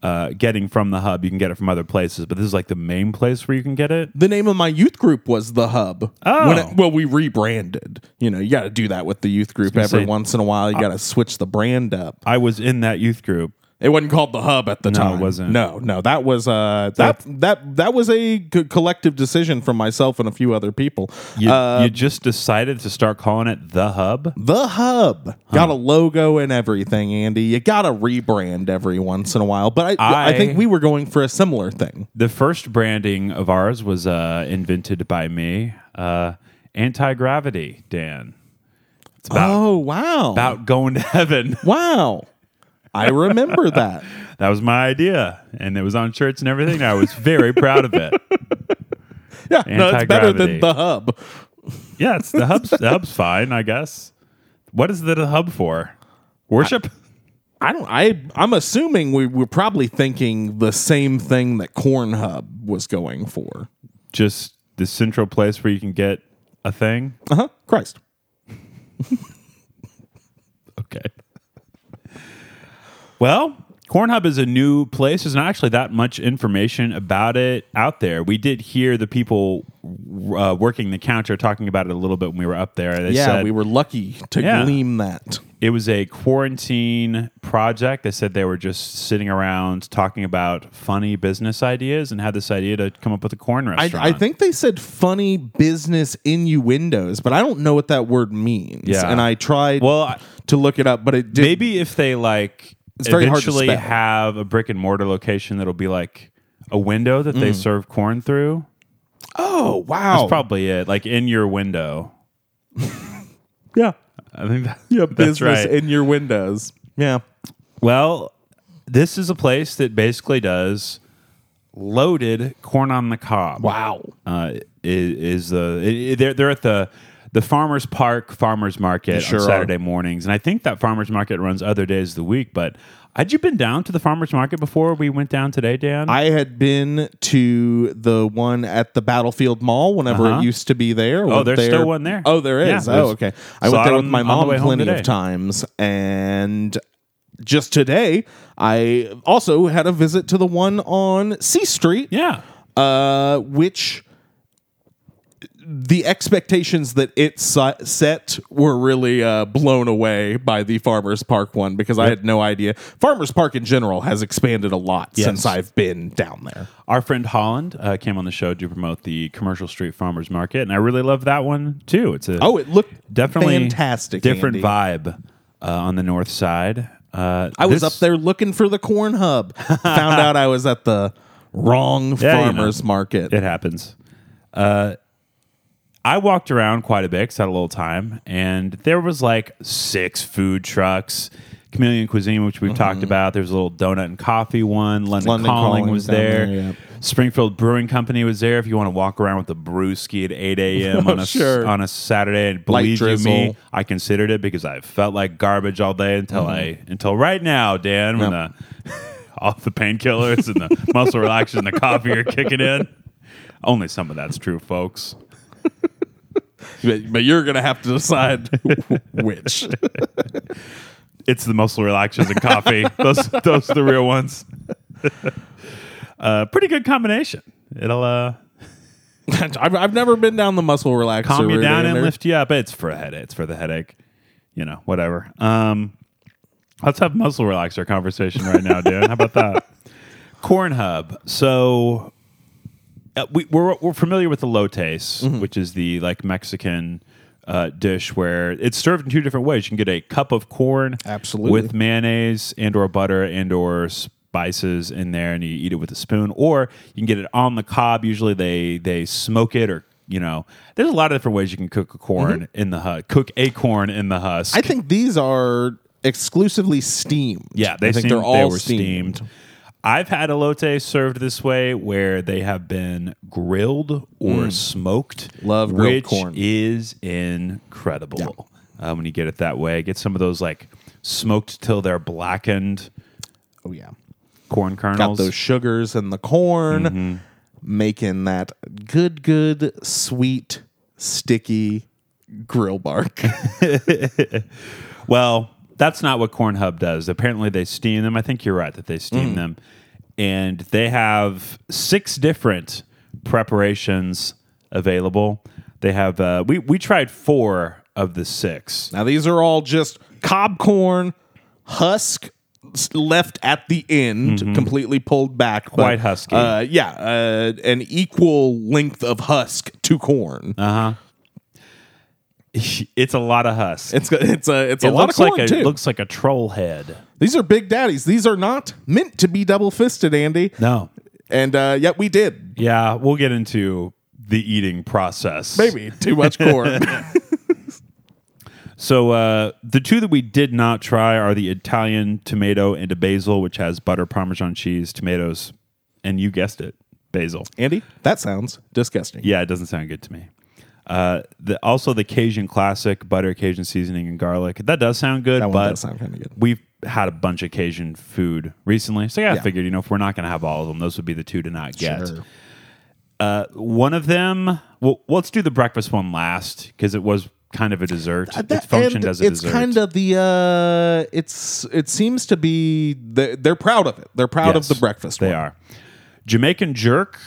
Speaker 1: uh, getting from the hub, you can get it from other places. But this is like the main place where you can get it.
Speaker 2: the name of my youth group was the hub.
Speaker 1: Oh.
Speaker 2: When it- well, we rebranded. You know, you got to do that with the youth group every
Speaker 1: say-
Speaker 2: once in a while. You got to switch the brand up.
Speaker 1: I was in that youth group.
Speaker 2: It wasn't called the hub at the
Speaker 1: No, it
Speaker 2: time.
Speaker 1: wasn't.
Speaker 2: No, no, that was uh that that that was a co- collective decision from myself and a few other people.
Speaker 1: You,
Speaker 2: Uh,
Speaker 1: you just decided to start calling it the hub.
Speaker 2: the hub got a logo and everything, Andy. You got to rebrand every once in a while. But I, I
Speaker 1: I-
Speaker 2: think we were going for a similar thing.
Speaker 1: The first branding of ours was uh, invented by me. Uh, Anti gravity, Dan. It's about
Speaker 2: oh wow!
Speaker 1: about going to heaven.
Speaker 2: wow, I remember that.
Speaker 1: That was my idea, and it was on shirts and everything. and I was very proud of it.
Speaker 2: Yeah, no, it's better
Speaker 1: Anti-gravity.
Speaker 2: than the hub.
Speaker 1: Yeah, it's the hub's the hub's fine, I guess. What is the hub for? Worship?
Speaker 2: I don't. I I'm assuming we were probably thinking the same thing that Cornhub was going for.
Speaker 1: Just the central place where you can get a thing.
Speaker 2: Uh huh. Christ.
Speaker 1: Okay. Well, Pornhub is a new place. There's not actually that much information about it out there. We did hear the people uh, working the counter talking about it a little bit when we were up there. They
Speaker 2: yeah,
Speaker 1: said
Speaker 2: we were lucky to
Speaker 1: Yeah.
Speaker 2: glean that.
Speaker 1: it was a quarantine project. They said they were just sitting around talking about funny business ideas and had this idea to come up with a corn
Speaker 2: I,
Speaker 1: restaurant.
Speaker 2: I think they said funny business innuendos, but I don't know what that word means.
Speaker 1: Yeah.
Speaker 2: And I tried
Speaker 1: Well, I-
Speaker 2: to look it up, but it did.
Speaker 1: maybe if they like
Speaker 2: It's very hard to
Speaker 1: eventually
Speaker 2: spell.
Speaker 1: have a brick and mortar location that'll be like a window that
Speaker 2: Mm.
Speaker 1: they serve corn through.
Speaker 2: oh, wow.
Speaker 1: That's probably it. Like in your window.
Speaker 2: yeah.
Speaker 1: I think that,
Speaker 2: Yeah,
Speaker 1: that's
Speaker 2: business
Speaker 1: right.
Speaker 2: in your windows. Yeah.
Speaker 1: Well, this is a place that basically does loaded corn on the cob.
Speaker 2: Wow.
Speaker 1: Uh, i- is the i- i- they're they're at the the farmers park farmers market
Speaker 2: sure are.
Speaker 1: on Saturday mornings, and I think that farmers market runs other days of the week. But had you been down to the farmers market before we went down today, Dan?
Speaker 2: I had been to the one at the Battlefield Mall whenever
Speaker 1: Uh-huh.
Speaker 2: it used to be there.
Speaker 1: Oh,
Speaker 2: Went
Speaker 1: there's still one there.
Speaker 2: Oh, there
Speaker 1: Yeah,
Speaker 2: is.
Speaker 1: there's-
Speaker 2: oh, okay. I
Speaker 1: saw
Speaker 2: went there
Speaker 1: it
Speaker 2: with
Speaker 1: on-
Speaker 2: my
Speaker 1: on the
Speaker 2: mom
Speaker 1: way home
Speaker 2: plenty
Speaker 1: today.
Speaker 2: of times, and just today I also had a visit to the one on C Street,
Speaker 1: yeah,
Speaker 2: uh, which the expectations that it si- set were really uh, blown away by the Farmers Park one because I had no idea. Farmers Park in general has expanded a lot since I've been down there.
Speaker 1: our friend Holland uh, came on the show to promote the commercial street farmers market, and I really love that one too. It's a
Speaker 2: Oh, it looked
Speaker 1: definitely
Speaker 2: fantastic.
Speaker 1: different
Speaker 2: Andy.
Speaker 1: vibe uh, on the north side. Uh,
Speaker 2: I was up there looking for the corn hub. Found out I was at the
Speaker 1: Yeah,
Speaker 2: wrong
Speaker 1: you know.
Speaker 2: farmers market.
Speaker 1: It happens. Uh, I walked around quite a bit because I had a little time, and there was like six food trucks. Chameleon Cuisine, which we've talked about. There's a little donut and coffee one. London,
Speaker 2: Mm-hmm. London
Speaker 1: Calling,
Speaker 2: Calling
Speaker 1: was
Speaker 2: down
Speaker 1: there.
Speaker 2: there, yep.
Speaker 1: Springfield Brewing Company was there. If you want to walk around with a brewski at 8 a.m. on, a, s-
Speaker 2: Sure.
Speaker 1: on a Saturday, and
Speaker 2: Light
Speaker 1: believe you me,
Speaker 2: drizzle.
Speaker 1: I considered it because I felt like garbage all day until I until right now, Dan, when the all the painkillers and the muscle relaxers and the coffee are kicking in. Only some of that's true, folks.
Speaker 2: But, but you're going to have to decide which.
Speaker 1: It's the muscle relaxers and coffee. those those are the real ones. uh, pretty good combination. It'll uh,
Speaker 2: I've, I've never been down the muscle relaxer.
Speaker 1: calm you
Speaker 2: route,
Speaker 1: down and
Speaker 2: Andrew.
Speaker 1: lift you up. It's for a headache. It's for the headache. You know, whatever. Um, let's have muscle relaxer conversation right now, dude. How about that? Corn Hub. So uh, we, we're we're familiar with the lotes, which is the like Mexican. Uh, dish where it's served in two different ways. You can get a cup of corn,
Speaker 2: Absolutely.
Speaker 1: with mayonnaise and or butter and or spices in there and you eat it with a spoon or you can get it on the cob usually they they smoke it or you know there's a lot of different ways you can cook a corn in the husk cook a corn in the husk
Speaker 2: Mm-hmm. I think these are exclusively steamed.
Speaker 1: yeah they
Speaker 2: I think
Speaker 1: seem-
Speaker 2: they're all
Speaker 1: were
Speaker 2: steamed.
Speaker 1: steamed. i've had elote served this way where they have been grilled or smoked
Speaker 2: Mm. Love grilled
Speaker 1: which
Speaker 2: corn.
Speaker 1: is incredible uh, when you get it that way get some of those like smoked till they're blackened
Speaker 2: Oh yeah,
Speaker 1: corn
Speaker 2: got
Speaker 1: kernels
Speaker 2: those sugars and the corn,
Speaker 1: Mm-hmm.
Speaker 2: making that good, good, sweet, sticky grill bark.
Speaker 1: Well, that's not what Corn Hub does. Apparently, they steam them. I think you're right that they steam
Speaker 2: Mm.
Speaker 1: them. And they have six different preparations available. They have, uh, we, we tried four of the six.
Speaker 2: Now these are all just cob corn husk s- left at the end, completely pulled back.
Speaker 1: Mm-hmm. Quite husky.
Speaker 2: Uh, yeah, uh, an equal length of husk to corn.
Speaker 1: Uh-huh. It's a lot of husk.
Speaker 2: it's it's a it's a
Speaker 1: it
Speaker 2: lot
Speaker 1: looks
Speaker 2: of corn
Speaker 1: like a,
Speaker 2: too.
Speaker 1: looks like a troll head.
Speaker 2: these are big daddies. These are not meant to be double fisted, Andy.
Speaker 1: No.
Speaker 2: And uh, yet we did.
Speaker 1: Yeah, we'll get into the eating process.
Speaker 2: Maybe too much corn.
Speaker 1: So uh, the two that we did not try are the Italian tomato and a basil, which has butter, Parmesan cheese, tomatoes, and you guessed it, basil.
Speaker 2: Andy, that sounds disgusting.
Speaker 1: Yeah, it doesn't sound good to me. Uh, the, also the Cajun classic, butter, Cajun seasoning, and garlic. That does sound good,
Speaker 2: that one
Speaker 1: but
Speaker 2: does sound kind of good.
Speaker 1: we've had a bunch of Cajun food recently, so yeah, I
Speaker 2: Yeah.
Speaker 1: figured you know if we're not going to have all of them, those would be the two to not get.
Speaker 2: Sure.
Speaker 1: One of them. Well, let's do the breakfast one last because it was kind of a dessert.
Speaker 2: That-
Speaker 1: it's functioned
Speaker 2: and
Speaker 1: as a
Speaker 2: it's
Speaker 1: dessert.
Speaker 2: kind of the uh it's it seems to be they're, they're proud of it they're proud
Speaker 1: Yes,
Speaker 2: of the breakfast
Speaker 1: They
Speaker 2: one.
Speaker 1: are. Jamaican jerk,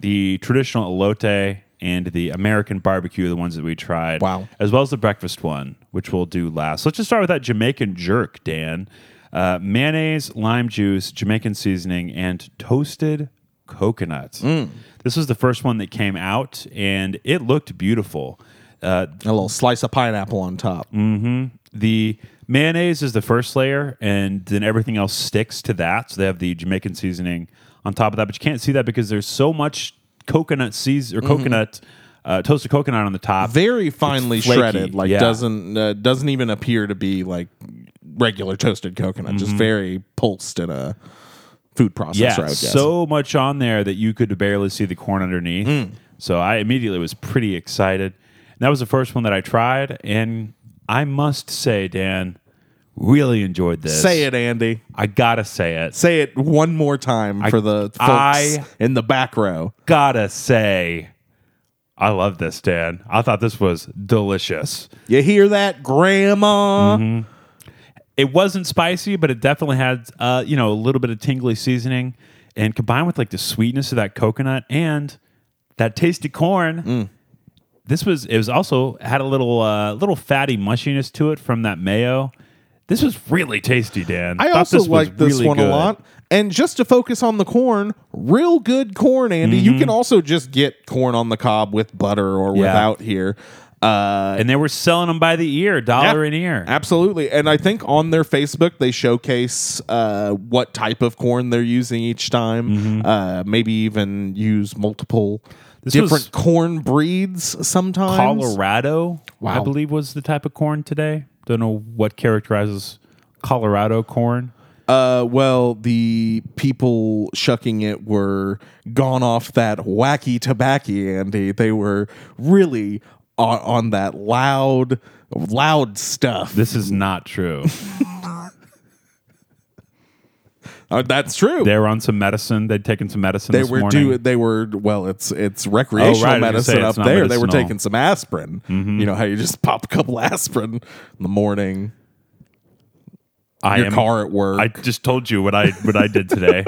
Speaker 1: the traditional elote, and the American barbecue, the ones that we tried.
Speaker 2: Wow.
Speaker 1: As well as the breakfast one, which we'll do last. Let's just start with that Jamaican jerk, Dan. Uh, mayonnaise, lime juice, Jamaican seasoning, and toasted coconut.
Speaker 2: Mm.
Speaker 1: This was the first one that came out, and it looked beautiful. Uh,
Speaker 2: a little slice of pineapple on top
Speaker 1: Mm. the mayonnaise is the first layer, and then everything else sticks to that. So they have the Jamaican seasoning on top of that, but you can't see that because there's so much coconut season or
Speaker 2: Mm-hmm.
Speaker 1: coconut uh, toasted coconut on the top.
Speaker 2: very finely
Speaker 1: flaky,
Speaker 2: shredded like
Speaker 1: yeah.
Speaker 2: doesn't uh, doesn't even appear to be like regular toasted coconut just very pulsed in a food processor
Speaker 1: Mm-hmm. yeah,
Speaker 2: I would guess.
Speaker 1: so much on there that you could barely see the corn underneath.
Speaker 2: Mm.
Speaker 1: So I immediately was pretty excited. And that was the first one that I tried, and I must say, Dan, really enjoyed this.
Speaker 2: say it andy
Speaker 1: I gotta say it.
Speaker 2: say it one more time for the folks
Speaker 1: I-
Speaker 2: in the back row
Speaker 1: gotta say, I love this, Dan. I thought this was delicious.
Speaker 2: you hear that grandma
Speaker 1: Mm-hmm. It wasn't spicy, but it definitely had, uh, you know, a little bit of tingly seasoning, and combined with like the sweetness of that coconut and that tasty corn.
Speaker 2: Mm.
Speaker 1: This was. It was also had a little, uh, little fatty mushiness to it from that mayo. This was really tasty, Dan.
Speaker 2: I
Speaker 1: Thought
Speaker 2: also
Speaker 1: this was
Speaker 2: like this
Speaker 1: really
Speaker 2: one
Speaker 1: good.
Speaker 2: a lot. And just to focus on the corn, real good corn, Andy. You
Speaker 1: Mm-hmm.
Speaker 2: can also just get corn on the cob with butter or without here. Uh,
Speaker 1: And they were selling them by the ear, dollar an ear.
Speaker 2: absolutely. And I think on their Facebook, they showcase uh, what type of corn they're using each time.
Speaker 1: Mm-hmm.
Speaker 2: Uh, maybe even use multiple different
Speaker 1: was-
Speaker 2: corn breeds sometimes.
Speaker 1: Colorado, I
Speaker 2: Wow.
Speaker 1: believe, was the type of corn today. Don't know what characterizes Colorado corn.
Speaker 2: Uh, well, the people shucking it were gone off that wacky tobacco, Andy. They were really on, on that loud, loud stuff.
Speaker 1: This is not true.
Speaker 2: Uh, that's true.
Speaker 1: they were on some medicine. They'd taken some medicine.
Speaker 2: they
Speaker 1: this
Speaker 2: were
Speaker 1: morning. Oh,
Speaker 2: doing. They were well. It's it's recreational
Speaker 1: I was gonna say,
Speaker 2: medicine
Speaker 1: it's
Speaker 2: up
Speaker 1: not
Speaker 2: there. They were
Speaker 1: medicinal. Mm-hmm.
Speaker 2: taking some aspirin. You know how you just pop a couple aspirin in the morning.
Speaker 1: I
Speaker 2: Your
Speaker 1: am-
Speaker 2: car at work.
Speaker 1: I just told you what I what I did today.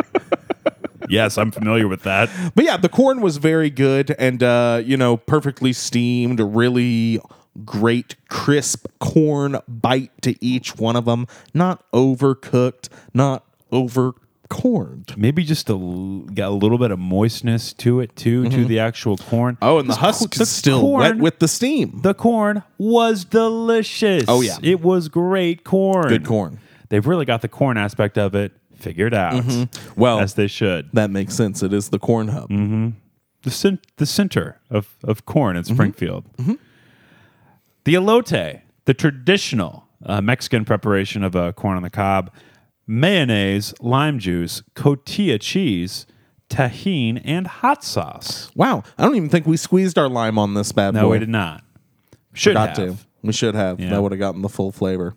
Speaker 1: yes, I'm familiar with that.
Speaker 2: But yeah, the corn was very good and uh, you know, perfectly steamed, really great crisp corn bite to each one of them. Not overcooked, not over corned.
Speaker 1: Maybe just a l- got a little bit of moistness to it too, to the actual corn.
Speaker 2: Oh, and the
Speaker 1: This
Speaker 2: husk
Speaker 1: co- the
Speaker 2: is still
Speaker 1: corn-
Speaker 2: wet with the steam.
Speaker 1: the corn was delicious.
Speaker 2: Oh, yeah.
Speaker 1: it was great corn.
Speaker 2: Good corn.
Speaker 1: They've really got the corn aspect of it figured out.
Speaker 2: Well, Mm.
Speaker 1: as they should.
Speaker 2: that makes sense. It is the corn hub.
Speaker 1: The, cen- the center of, of corn in
Speaker 2: Mm-hmm.
Speaker 1: Springfield. The elote, the traditional uh, Mexican preparation of uh, corn on the cob, mayonnaise, lime juice, cotija cheese, tahine, and hot sauce.
Speaker 2: Wow. I don't even think we squeezed our lime on this bad
Speaker 1: No,
Speaker 2: boy.
Speaker 1: we did not. Should
Speaker 2: Got
Speaker 1: have.
Speaker 2: to. We should have. That would have gotten the full flavor.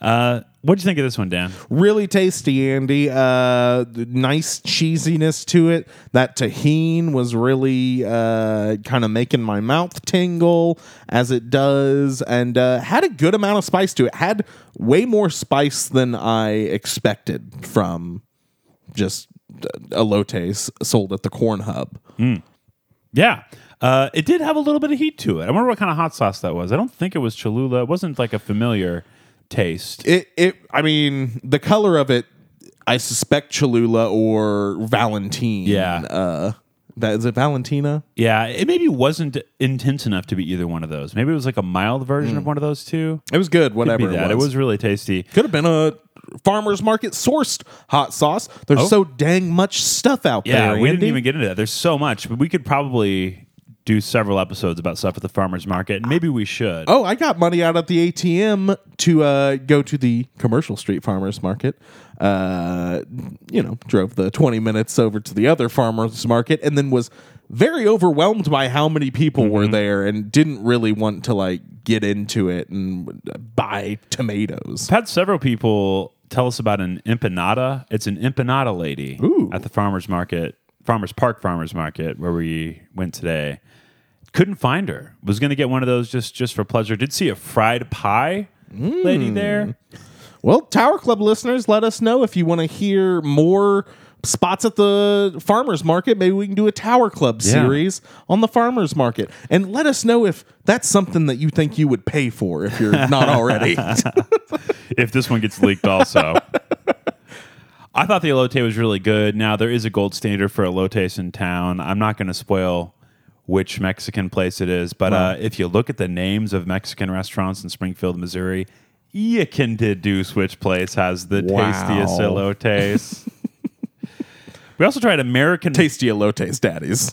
Speaker 1: Uh, what'd you think of this one, Dan?
Speaker 2: really tasty andy uh the nice cheesiness to it that tahine was really uh kind of making my mouth tingle as it does and uh had a good amount of spice to it had way more spice than i expected from just elotes sold at the corn hub
Speaker 1: Yeah. Uh, it did have a little bit of heat to it. I wonder what kind of hot sauce that was. I don't think it was Cholula. It wasn't like a familiar taste.
Speaker 2: it it i mean the color of it i suspect cholula or valentine
Speaker 1: Yeah.
Speaker 2: uh that is it valentina
Speaker 1: Yeah, it maybe wasn't intense enough to be either one of those. Maybe it was like a mild version of one of those two.
Speaker 2: It was good, whatever
Speaker 1: Be that. Hmm. It was really tasty.
Speaker 2: Could have been a farmer's market sourced hot sauce. There's so dang much stuff out
Speaker 1: Oh. Yeah,
Speaker 2: there.
Speaker 1: we didn't
Speaker 2: Andy.
Speaker 1: even get into that. There's so much, but we could probably do several episodes about stuff at the farmers market. and Maybe we should.
Speaker 2: Oh, I got money out at the ATM to uh, go to the commercial street farmers market. Uh, you know, drove the 20 minutes over to the other farmers market and then was very overwhelmed by how many people were
Speaker 1: Mm-hmm.
Speaker 2: there and didn't really want to like get into it and buy tomatoes.
Speaker 1: I've had several people tell us about an empanada. It's an empanada lady at the farmers market, farmers park farmers market where we went today. couldn't find her. Was going to get one of those just just for pleasure. Did see a fried pie lady there.
Speaker 2: Well, Tower Club listeners, let us know if you want to hear more spots at the farmers market. Maybe we can do a Tower Club
Speaker 1: Yeah.
Speaker 2: series on the farmers market. And let us know if that's something that you think you would pay for if you're not already.
Speaker 1: if this one gets leaked also. I thought the elote was really good. Now there is a gold standard for elotes in town. I'm not going to spoil which Mexican place it is, but uh, if you look at the names of Mexican restaurants in Springfield, Missouri, you can deduce which place has the
Speaker 2: Wow.
Speaker 1: tastiest elotes. we also tried American
Speaker 2: Tasty elotes, daddies.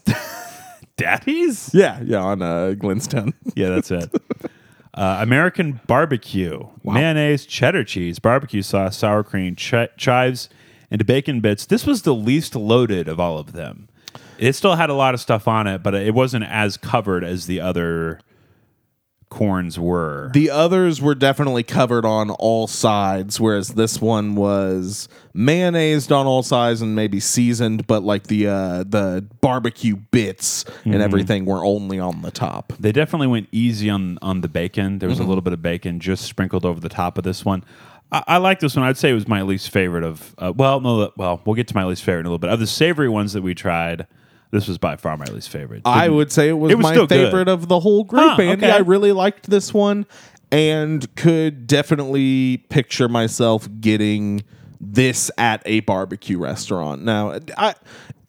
Speaker 1: Daddies.
Speaker 2: yeah, yeah, on uh, Glenstone.
Speaker 1: Yeah, that's it. Uh, American barbecue, mayonnaise, cheddar cheese, barbecue sauce, sour cream, chi- chives, and bacon bits. This was the least loaded of all of them. It still had a lot of stuff on it, but it wasn't as covered as the other corns were.
Speaker 2: The others were definitely covered on all sides, whereas this one was mayonnaised on all sides and maybe seasoned, but like the uh, the barbecue bits and everything were only on the top.
Speaker 1: they definitely went easy on on the bacon. There was
Speaker 2: Mm-hmm.
Speaker 1: a little bit of bacon just sprinkled over the top of this one. I, I like this one. I'd say it was my least favorite of. Uh, well, no, well, we'll get to my least favorite in a little bit. Of the savory ones that we tried, this was by far my least favorite.
Speaker 2: I would say it was,
Speaker 1: It was
Speaker 2: my
Speaker 1: still good.
Speaker 2: favorite of the whole group,
Speaker 1: Huh,
Speaker 2: Andy.
Speaker 1: okay.
Speaker 2: I really liked this one and could definitely picture myself getting this at a barbecue restaurant. Now, I,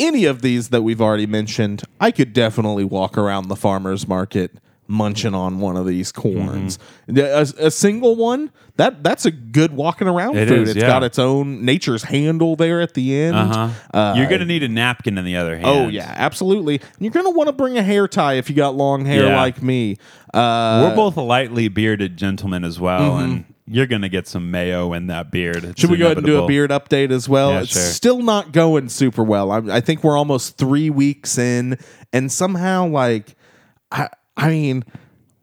Speaker 2: any of these that we've already mentioned, I could definitely walk around the farmer's market munching on one of these corns.
Speaker 1: Mm-hmm.
Speaker 2: A, a single one, that that's a good walking around
Speaker 1: It
Speaker 2: food.
Speaker 1: is,
Speaker 2: It's
Speaker 1: yeah.
Speaker 2: got its own nature's handle there at the end.
Speaker 1: Uh-huh.
Speaker 2: Uh,
Speaker 1: You're going to need a napkin in the other hand.
Speaker 2: Oh yeah, absolutely. And you're gonna want to bring a hair tie if you got long hair
Speaker 1: Yeah.
Speaker 2: like me. Uh, Mm-hmm.
Speaker 1: We're both lightly bearded gentlemen as well, and you're going to get some mayo in that beard. It's
Speaker 2: should we go ahead and do a
Speaker 1: inevitable.
Speaker 2: beard update as well?
Speaker 1: Yeah,
Speaker 2: it's
Speaker 1: sure.
Speaker 2: still not going super well. I, I think we're almost three weeks in, and somehow, like, I, I mean,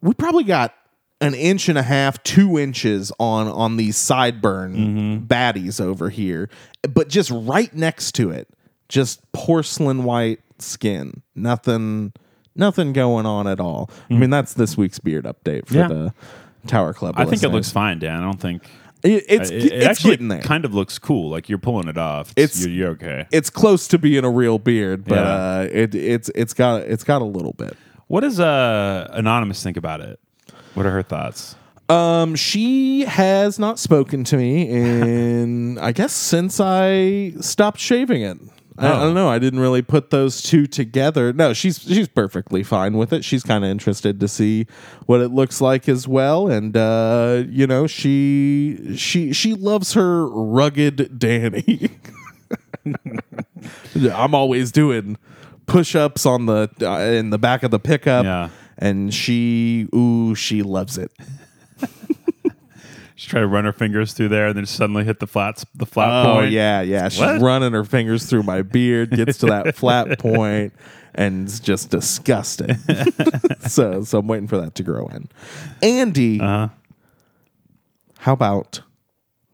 Speaker 2: we probably got an inch and a half, two inches on on these sideburn
Speaker 1: Mm-hmm.
Speaker 2: baddies over here, but just right next to it, just porcelain white skin. Nothing, nothing going on at all. I mean, that's this week's beard update for
Speaker 1: Mm-hmm. Yeah.
Speaker 2: the Tower Club.
Speaker 1: I think it
Speaker 2: listeners.
Speaker 1: looks fine, Dan. I don't think
Speaker 2: It- it's
Speaker 1: it, it
Speaker 2: it's
Speaker 1: actually
Speaker 2: getting there.
Speaker 1: kind of looks cool. Like you're pulling it off.
Speaker 2: It's-
Speaker 1: you're, you're okay.
Speaker 2: it's close to being a real beard, but
Speaker 1: Yeah.
Speaker 2: uh, it it's it's got it's got a little bit.
Speaker 1: What does uh, anonymous think about it? What are her thoughts?
Speaker 2: Um, she has not spoken to me in I guess since I stopped shaving it. I, I
Speaker 1: Oh.
Speaker 2: don't know. I didn't really put those two together. No, she's she's perfectly fine with it. She's kind of interested to see what it looks like as well, and uh, you know she she she loves her rugged Danny. I'm always doing push-ups on the uh, in the back of the pickup,
Speaker 1: Yeah.
Speaker 2: and she ooh she loves it.
Speaker 1: She tried to run her fingers through there, and then suddenly hit the flat the flat
Speaker 2: Oh
Speaker 1: point.
Speaker 2: yeah, yeah. She's
Speaker 1: What?
Speaker 2: running her fingers through my beard, gets to that flat point, and it's just disgusting. so, so I'm waiting for that to grow in. Andy,
Speaker 1: Uh-huh.
Speaker 2: how about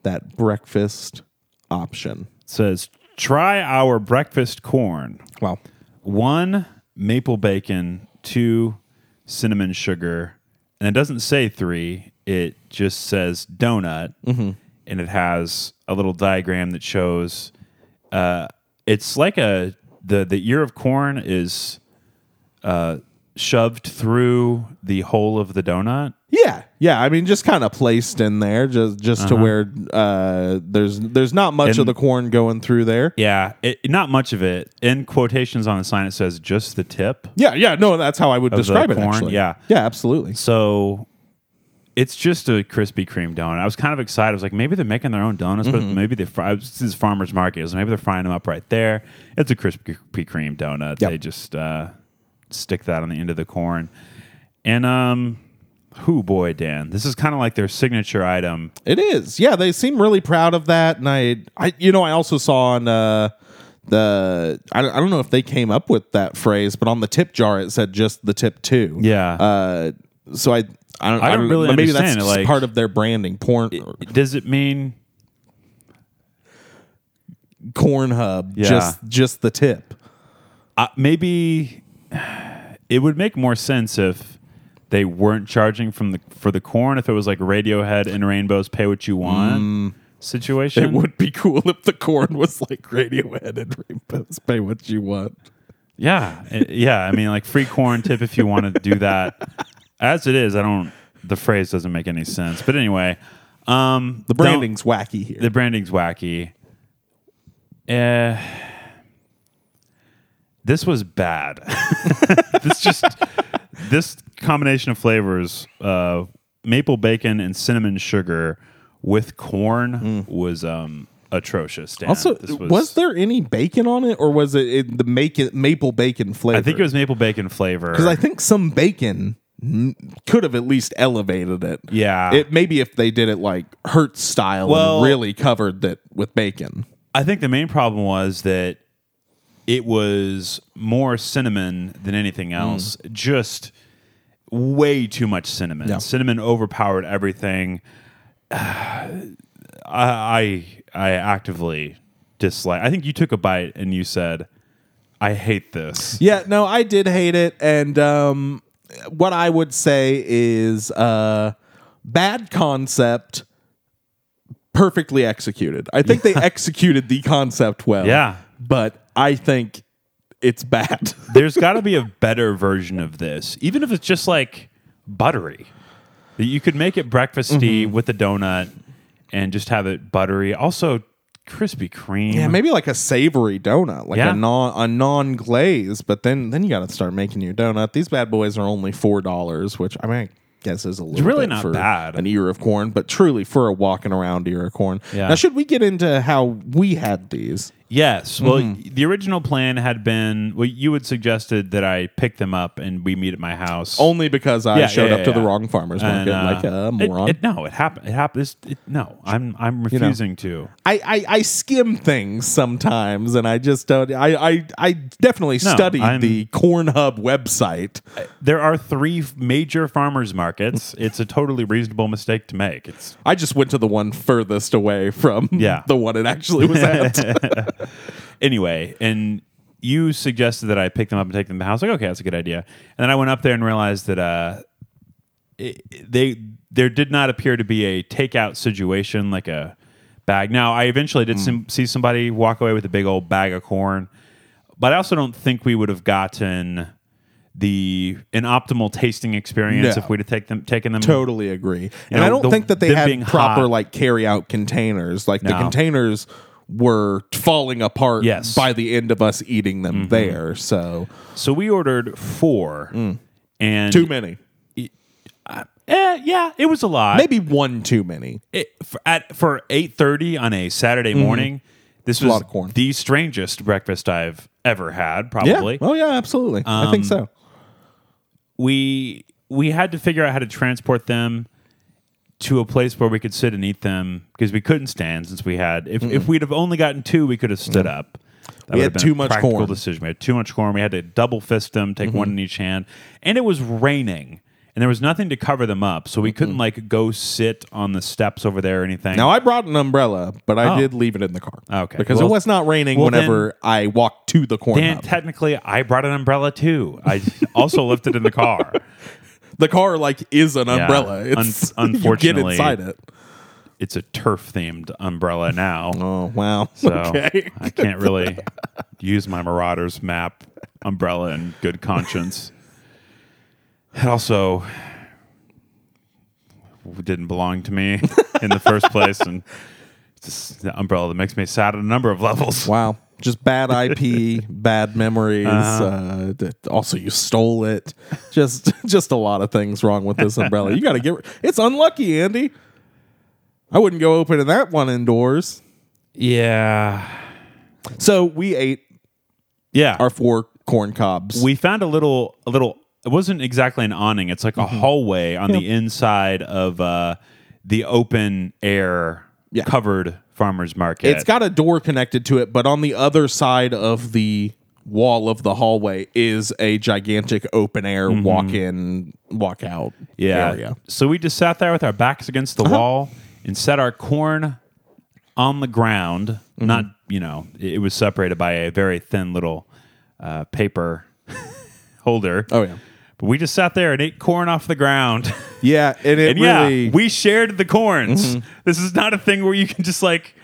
Speaker 2: that breakfast option?
Speaker 1: Says try our breakfast corn.
Speaker 2: Wow.
Speaker 1: one maple bacon, two cinnamon sugar, and it doesn't say three. It just says donut, and it has a little diagram that shows. Uh, it's like a the the ear of corn is uh, shoved through the hole of the donut.
Speaker 2: Yeah, yeah. I mean, just kind of placed in there, just just to where uh, there's there's not much of
Speaker 1: Uh-huh. And-
Speaker 2: the corn going through there.
Speaker 1: Yeah, it, not much of it. In quotations on the sign, it says just the tip.
Speaker 2: Yeah, yeah. No, that's how I would describe it.
Speaker 1: corn,
Speaker 2: Actually,
Speaker 1: yeah.
Speaker 2: yeah, absolutely.
Speaker 1: So it's just a Krispy Kreme donut. I was kind of excited. I was like, maybe they're making their own donuts, but maybe they fry. This is farmers market, so maybe they're frying them up right there. It's a Krispy Kreme donut.
Speaker 2: Yep.
Speaker 1: They just uh, stick that on the end of the corn. And um, who boy, Dan, this is kind of like their signature item.
Speaker 2: It is. Yeah, they seem really proud of that. And I, I you know, I also saw on uh, the, I, don't- I don't know if they came up with that phrase, but on the tip jar it said just the tip too.
Speaker 1: Yeah.
Speaker 2: Uh, so I, I don't, I
Speaker 1: don't
Speaker 2: don't
Speaker 1: really
Speaker 2: but maybe that's
Speaker 1: understand it,
Speaker 2: just
Speaker 1: like-
Speaker 2: part of their branding. Porn,
Speaker 1: Does it mean?
Speaker 2: corn hub.
Speaker 1: Yeah.
Speaker 2: Just, just the tip.
Speaker 1: uh, maybe it would make more sense if they weren't charging from the for the corn if it was like Radiohead and Rainbows pay what you want situation.
Speaker 2: Mm. It would be cool if the corn was like Radiohead and Rainbows. Pay what you want.
Speaker 1: Yeah, I- yeah. I mean, like free corn tip if you want to do that. As it is, I don't. The phrase doesn't make any sense. But anyway, um,
Speaker 2: The
Speaker 1: don't-
Speaker 2: branding's wacky here.
Speaker 1: the branding's wacky. Uh, this was bad. this just this combination of flavors, uh, maple bacon and cinnamon sugar with corn, was um, atrocious. Dan.
Speaker 2: Mm. also,
Speaker 1: This
Speaker 2: was, there any bacon on it, or was it, it the make maple bacon flavor?
Speaker 1: I think it was maple bacon flavor.
Speaker 2: because I think some bacon n- could have at least elevated it.
Speaker 1: Yeah.
Speaker 2: it maybe if they did it like Hertz style
Speaker 1: Well-
Speaker 2: and really covered it with bacon.
Speaker 1: I think the main problem was that it was more cinnamon than anything else. Just way too much cinnamon.
Speaker 2: Yeah.
Speaker 1: Cinnamon overpowered everything. I, I I actively dislike. I think you took a bite and you said, "I hate this."
Speaker 2: Yeah, no, I did hate it, and um, what I would say is uh, bad concept, perfectly executed. I think they executed the concept well.
Speaker 1: Yeah.
Speaker 2: but I think it's bad.
Speaker 1: There's got to be a better version of this, even if it's just like buttery. You could make it breakfasty
Speaker 2: Mm-hmm.
Speaker 1: with a donut and just have it buttery. Also, Krispy Kreme.
Speaker 2: yeah, maybe like a savory donut,
Speaker 1: Mm-hmm.
Speaker 2: like
Speaker 1: Yeah.
Speaker 2: a non a non glaze. But then then you got to start making your donut. These bad boys are only four dollars, which I mean. I Guess is a little
Speaker 1: really
Speaker 2: bit
Speaker 1: not
Speaker 2: for
Speaker 1: bad.
Speaker 2: an ear of corn, but truly for a walking around ear of corn.
Speaker 1: Yeah.
Speaker 2: Now, should we get into how we had these?
Speaker 1: Yes. Well,
Speaker 2: Mm-hmm.
Speaker 1: the original plan had been well, you had suggested that I pick them up and we meet at my house.
Speaker 2: Only because I
Speaker 1: Yeah,
Speaker 2: showed
Speaker 1: yeah,
Speaker 2: up to
Speaker 1: yeah,
Speaker 2: the
Speaker 1: yeah.
Speaker 2: wrong farmers
Speaker 1: And,
Speaker 2: market
Speaker 1: uh,
Speaker 2: like a
Speaker 1: it-
Speaker 2: moron.
Speaker 1: It, no, it happened. It happened. This, it, no, I'm I'm
Speaker 2: know.
Speaker 1: refusing to.
Speaker 2: I, I I skim things sometimes, and I just don't. I I, I definitely
Speaker 1: No,
Speaker 2: studied
Speaker 1: I'm-
Speaker 2: the Corn Hub website.
Speaker 1: There are three f- major farmers markets. it's a totally reasonable mistake to make. It's
Speaker 2: I just went to the one furthest away from
Speaker 1: Yeah.
Speaker 2: the one it actually was at.
Speaker 1: anyway, and you suggested that I pick them up and take them to the house. Like, okay, that's a good idea. And then I went up there and realized that uh, it, they there did not appear to be a takeout situation like a bag. Now, I eventually
Speaker 2: Hmm.
Speaker 1: did some, see somebody walk away with a big old bag of corn, but I also don't think we would have gotten the an optimal tasting experience
Speaker 2: No.
Speaker 1: if we'd have take them, taken them.
Speaker 2: totally agree, and I
Speaker 1: know,
Speaker 2: don't
Speaker 1: the-
Speaker 2: think that they
Speaker 1: them
Speaker 2: had
Speaker 1: being
Speaker 2: proper
Speaker 1: hot.
Speaker 2: like carry out containers. Like the
Speaker 1: No.
Speaker 2: containers were falling apart
Speaker 1: Yes. Mm-hmm.
Speaker 2: by the end of us eating them there. So
Speaker 1: So we ordered four.
Speaker 2: Hmm.
Speaker 1: And
Speaker 2: too many,
Speaker 1: Eh, yeah, it was a lot.
Speaker 2: maybe one too many.
Speaker 1: it, for, at for eight thirty on a Saturday morning. This was
Speaker 2: Mm-hmm. lot of corn.
Speaker 1: the strangest breakfast I've ever had. Probably Um,
Speaker 2: Yeah. Oh yeah, absolutely. I think so.
Speaker 1: we we had to figure out how to transport them to a place where we could sit and eat them because we couldn't stand since we had if, if we'd have only gotten two we could have stood up. That
Speaker 2: We
Speaker 1: would
Speaker 2: had
Speaker 1: have been
Speaker 2: too
Speaker 1: a
Speaker 2: much
Speaker 1: practical
Speaker 2: corn. Mm-hmm.
Speaker 1: Decision. We had too much corn. We had to double fist them, take one in each hand, and it was raining. And there was nothing to cover them up, so we couldn't like go sit on the steps over there or anything.
Speaker 2: Now I brought an umbrella, but I
Speaker 1: Oh.
Speaker 2: did leave it in the car.
Speaker 1: Okay.
Speaker 2: Because
Speaker 1: Well-
Speaker 2: it was not raining
Speaker 1: well,
Speaker 2: whenever I walked to the corn
Speaker 1: Dan,
Speaker 2: hub.
Speaker 1: technically, I brought an umbrella too. I also left it in the car.
Speaker 2: the car like is an umbrella.
Speaker 1: Un-
Speaker 2: It's you
Speaker 1: unfortunately-
Speaker 2: get inside it.
Speaker 1: It's a turf themed umbrella now.
Speaker 2: Oh wow.
Speaker 1: So
Speaker 2: okay.
Speaker 1: I can't really use my Marauders map umbrella in good conscience. It also didn't belong to me in the first place. And it's just the umbrella that makes me sad on a number of levels.
Speaker 2: Wow. Just bad IP, bad memories. Uh, that also, you stole it. Just, just a lot of things wrong with this umbrella. You got to get. ri- It's unlucky, Andy. I wouldn't go opening that one indoors.
Speaker 1: Yeah.
Speaker 2: So we ate
Speaker 1: Yeah.
Speaker 2: our four corn cobs.
Speaker 1: we found a little a little it wasn't exactly an awning it's like a
Speaker 2: Mm-hmm.
Speaker 1: hallway on the inside of uh the open air
Speaker 2: Yeah.
Speaker 1: covered farmers market
Speaker 2: It's got a door connected to it, but on the other side of the wall of the hallway is a gigantic open air walk in, walk out
Speaker 1: yeah
Speaker 2: area. Uh-huh.
Speaker 1: so we just sat there with our backs against the wall and set our corn on the ground
Speaker 2: Mm-hmm.
Speaker 1: not you know it, it was separated by a very thin little uh paper holder.
Speaker 2: Oh yeah.
Speaker 1: But we just sat there and ate corn off the ground.
Speaker 2: Yeah, and it
Speaker 1: And
Speaker 2: really
Speaker 1: yeah,
Speaker 2: Mm-hmm.
Speaker 1: we shared the corns. This is not a thing where you can just like.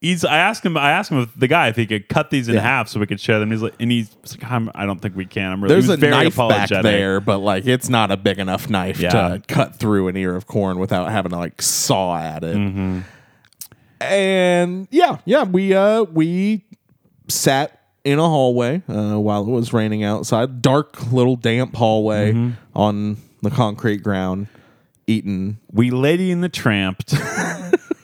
Speaker 1: He's. I asked him. I asked him if the guy if he could cut these in
Speaker 2: Yeah.
Speaker 1: half so we could share them. He's like, and he's like, I'm, I don't think we can. I'm really.
Speaker 2: there's
Speaker 1: he
Speaker 2: a
Speaker 1: was very
Speaker 2: knife
Speaker 1: apologetic.
Speaker 2: back there, but like it's not a big enough knife
Speaker 1: Yeah.
Speaker 2: to cut through an ear of corn without having to like saw at it.
Speaker 1: Mm-hmm.
Speaker 2: And yeah, yeah, we uh we sat in a hallway uh, while it was raining outside, dark little damp hallway
Speaker 1: Mm-hmm.
Speaker 2: on the concrete ground, eating.
Speaker 1: We lady in the tramped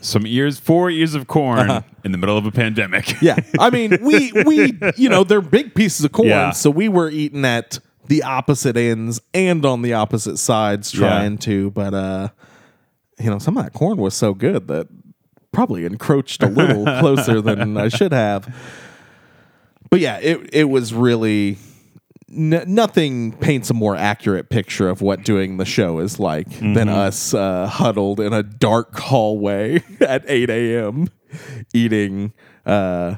Speaker 1: some ears, four ears of corn in the middle of a pandemic.
Speaker 2: Uh-huh. Yeah, I mean we we you know they're big pieces of corn,
Speaker 1: Yeah.
Speaker 2: so we were eating at the opposite ends and on the opposite sides trying to, but uh, you know some of that corn was so good that probably encroached a little closer than I should have. But yeah, it it was really n- nothing paints a more accurate picture of what doing the show is like than us uh, huddled in a dark hallway at 8 a.m. eating uh,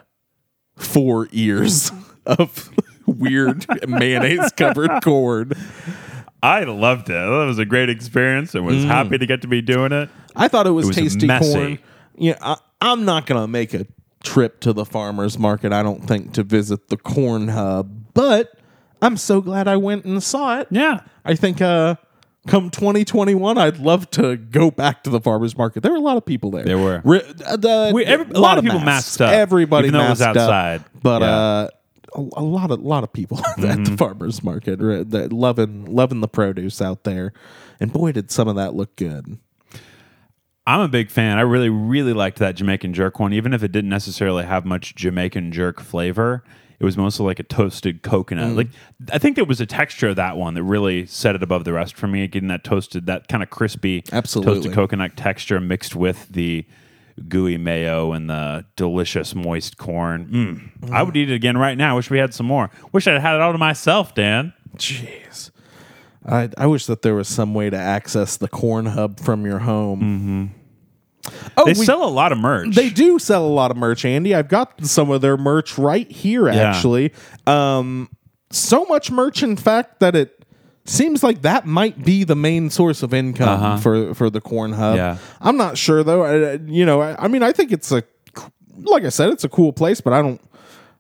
Speaker 2: four ears of weird mayonnaise covered corn.
Speaker 1: I loved it. That was a great experience. I was
Speaker 2: Mm.
Speaker 1: happy to get to be doing it.
Speaker 2: I thought it was,
Speaker 1: was
Speaker 2: tasty
Speaker 1: messy.
Speaker 2: corn. Yeah, I, I'm not gonna make a trip to the farmers market. I don't think to visit the corn hub, but I'm so glad I went and saw it.
Speaker 1: Yeah.
Speaker 2: I think uh, come 2021, I'd love to go back to the farmers market. There were a lot of people there.
Speaker 1: There were.
Speaker 2: Re- uh, the-
Speaker 1: We- every- a lot of people masked up,
Speaker 2: Everybody
Speaker 1: even though it was
Speaker 2: masked up,
Speaker 1: outside.
Speaker 2: but
Speaker 1: Yeah.
Speaker 2: uh, a, a lot of lot of people at
Speaker 1: Mm-hmm.
Speaker 2: the farmers market re- that loving loving the produce out there, and boy, did some of that look good.
Speaker 1: I'm a big fan. I really, really liked that Jamaican jerk one, even if it didn't necessarily have much Jamaican jerk flavor. It was mostly like a toasted coconut.
Speaker 2: Mm.
Speaker 1: Like I think there was a texture of that one that really set it above the rest for me. Getting that toasted, that kind of crispy,
Speaker 2: Absolutely.
Speaker 1: toasted coconut texture mixed with the gooey mayo and the delicious moist corn. Mm. I would eat it again right now. I wish we had some more. Wish I'd had it all to myself, Dan.
Speaker 2: Jeez. I, I wish that there was some way to access the corn hub from your home. Mm-hmm. Oh,
Speaker 1: They
Speaker 2: we-
Speaker 1: sell a lot of merch.
Speaker 2: They do sell a lot of merch, Andy. I've got some of their merch right here, actually. Um, so much merch, in fact, that it seems like that might be the main source of income for for the Corn Hub.
Speaker 1: Uh-huh. Yeah.
Speaker 2: I'm not sure though. I, I- you know, I, I mean, I think it's a like I said, it's a cool place, but I don't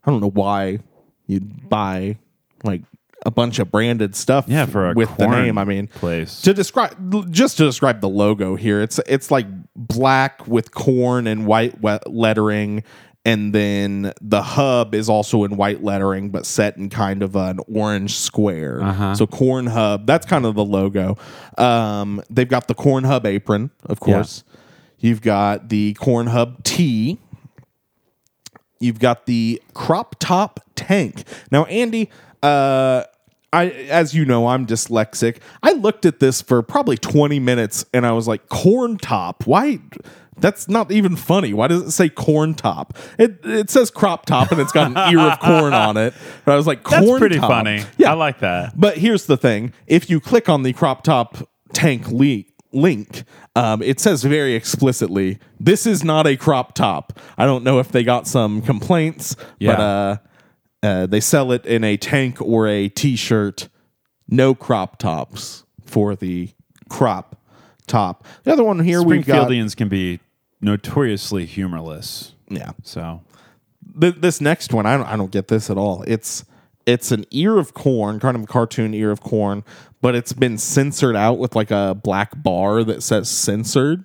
Speaker 2: I don't know why you'd buy like a bunch of branded stuff.
Speaker 1: yeah, for a
Speaker 2: with
Speaker 1: corn
Speaker 2: the name, I mean,
Speaker 1: place.
Speaker 2: to describe just to describe the logo here it's it's like black with corn and white we- lettering and then the hub is also in white lettering but set in kind of an orange square so corn hub that's kind of the logo um, they've got the corn hub apron of course you've got the corn hub tee You've got the crop top tank. Now, Andy, uh, I as you know, I'm dyslexic. I looked at this for probably 20 minutes and I was like, corn top? Why? That's not even funny. Why does it say corn top? It it says crop top and it's got an ear of corn on it. But I was like, corn
Speaker 1: That's pretty
Speaker 2: top?
Speaker 1: funny.
Speaker 2: Yeah,
Speaker 1: I like that.
Speaker 2: but here's the thing: if you click on the crop top tank le- link, um, it says very explicitly, "This is not a crop top." I don't know if they got some complaints, but
Speaker 1: Yeah.
Speaker 2: uh, uh, they sell it in a tank or a t-shirt. No crop tops for the crop top. The other one here we've got.
Speaker 1: Springfieldians can be notoriously humorless.
Speaker 2: Yeah,
Speaker 1: So
Speaker 2: Th- this next one, I don't, I don't get this at all. It's it's an ear of corn, kind of a cartoon ear of corn, but it's been censored out with like a black bar that says censored.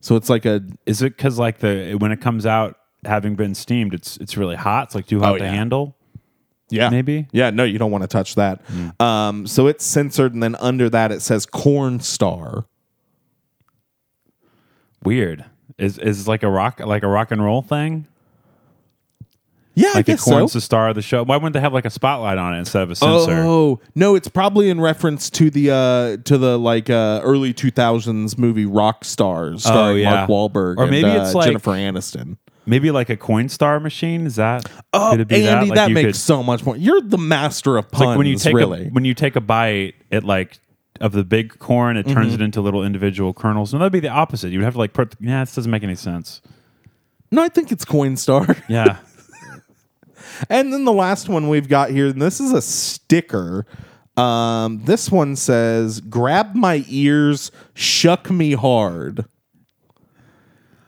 Speaker 2: So it's like a
Speaker 1: is it because like the when it comes out having been steamed, it's it's really hot. It's like too hot
Speaker 2: Oh,
Speaker 1: to
Speaker 2: yeah.
Speaker 1: handle.
Speaker 2: yeah,
Speaker 1: Maybe? Hmm.
Speaker 2: yeah. No, you don't want to touch that. Um, so it's censored, and then under that it says corn star.
Speaker 1: Weird. Is is like a rock like a rock and roll thing?
Speaker 2: Yeah, I
Speaker 1: Like the
Speaker 2: guess so.
Speaker 1: corn's the star of the show. Why wouldn't they have like a spotlight on it instead of a censor?
Speaker 2: Oh no, it's probably in reference to the uh to the like uh early two thousands movie Rock Stars
Speaker 1: Oh,
Speaker 2: starring
Speaker 1: yeah.
Speaker 2: Mark Wahlberg
Speaker 1: Or
Speaker 2: and,
Speaker 1: maybe
Speaker 2: uh,
Speaker 1: it's like-
Speaker 2: Jennifer Aniston.
Speaker 1: Maybe like a coin star machine. Is that?
Speaker 2: Oh,
Speaker 1: could it be
Speaker 2: Andy, that,
Speaker 1: Like you
Speaker 2: makes
Speaker 1: could-
Speaker 2: so much more. You're the master of puns,
Speaker 1: like when you take
Speaker 2: really.
Speaker 1: a, when you take a bite, it like of the big corn, it turns
Speaker 2: Mm-hmm.
Speaker 1: it into little individual kernels. No, that'd be the opposite. You'd have to like put. Yeah, this doesn't make any sense.
Speaker 2: no, I think it's Coinstar.
Speaker 1: Yeah.
Speaker 2: and then the last one we've got here, and this is a sticker Um, this one says, "Grab my ears, shuck me hard."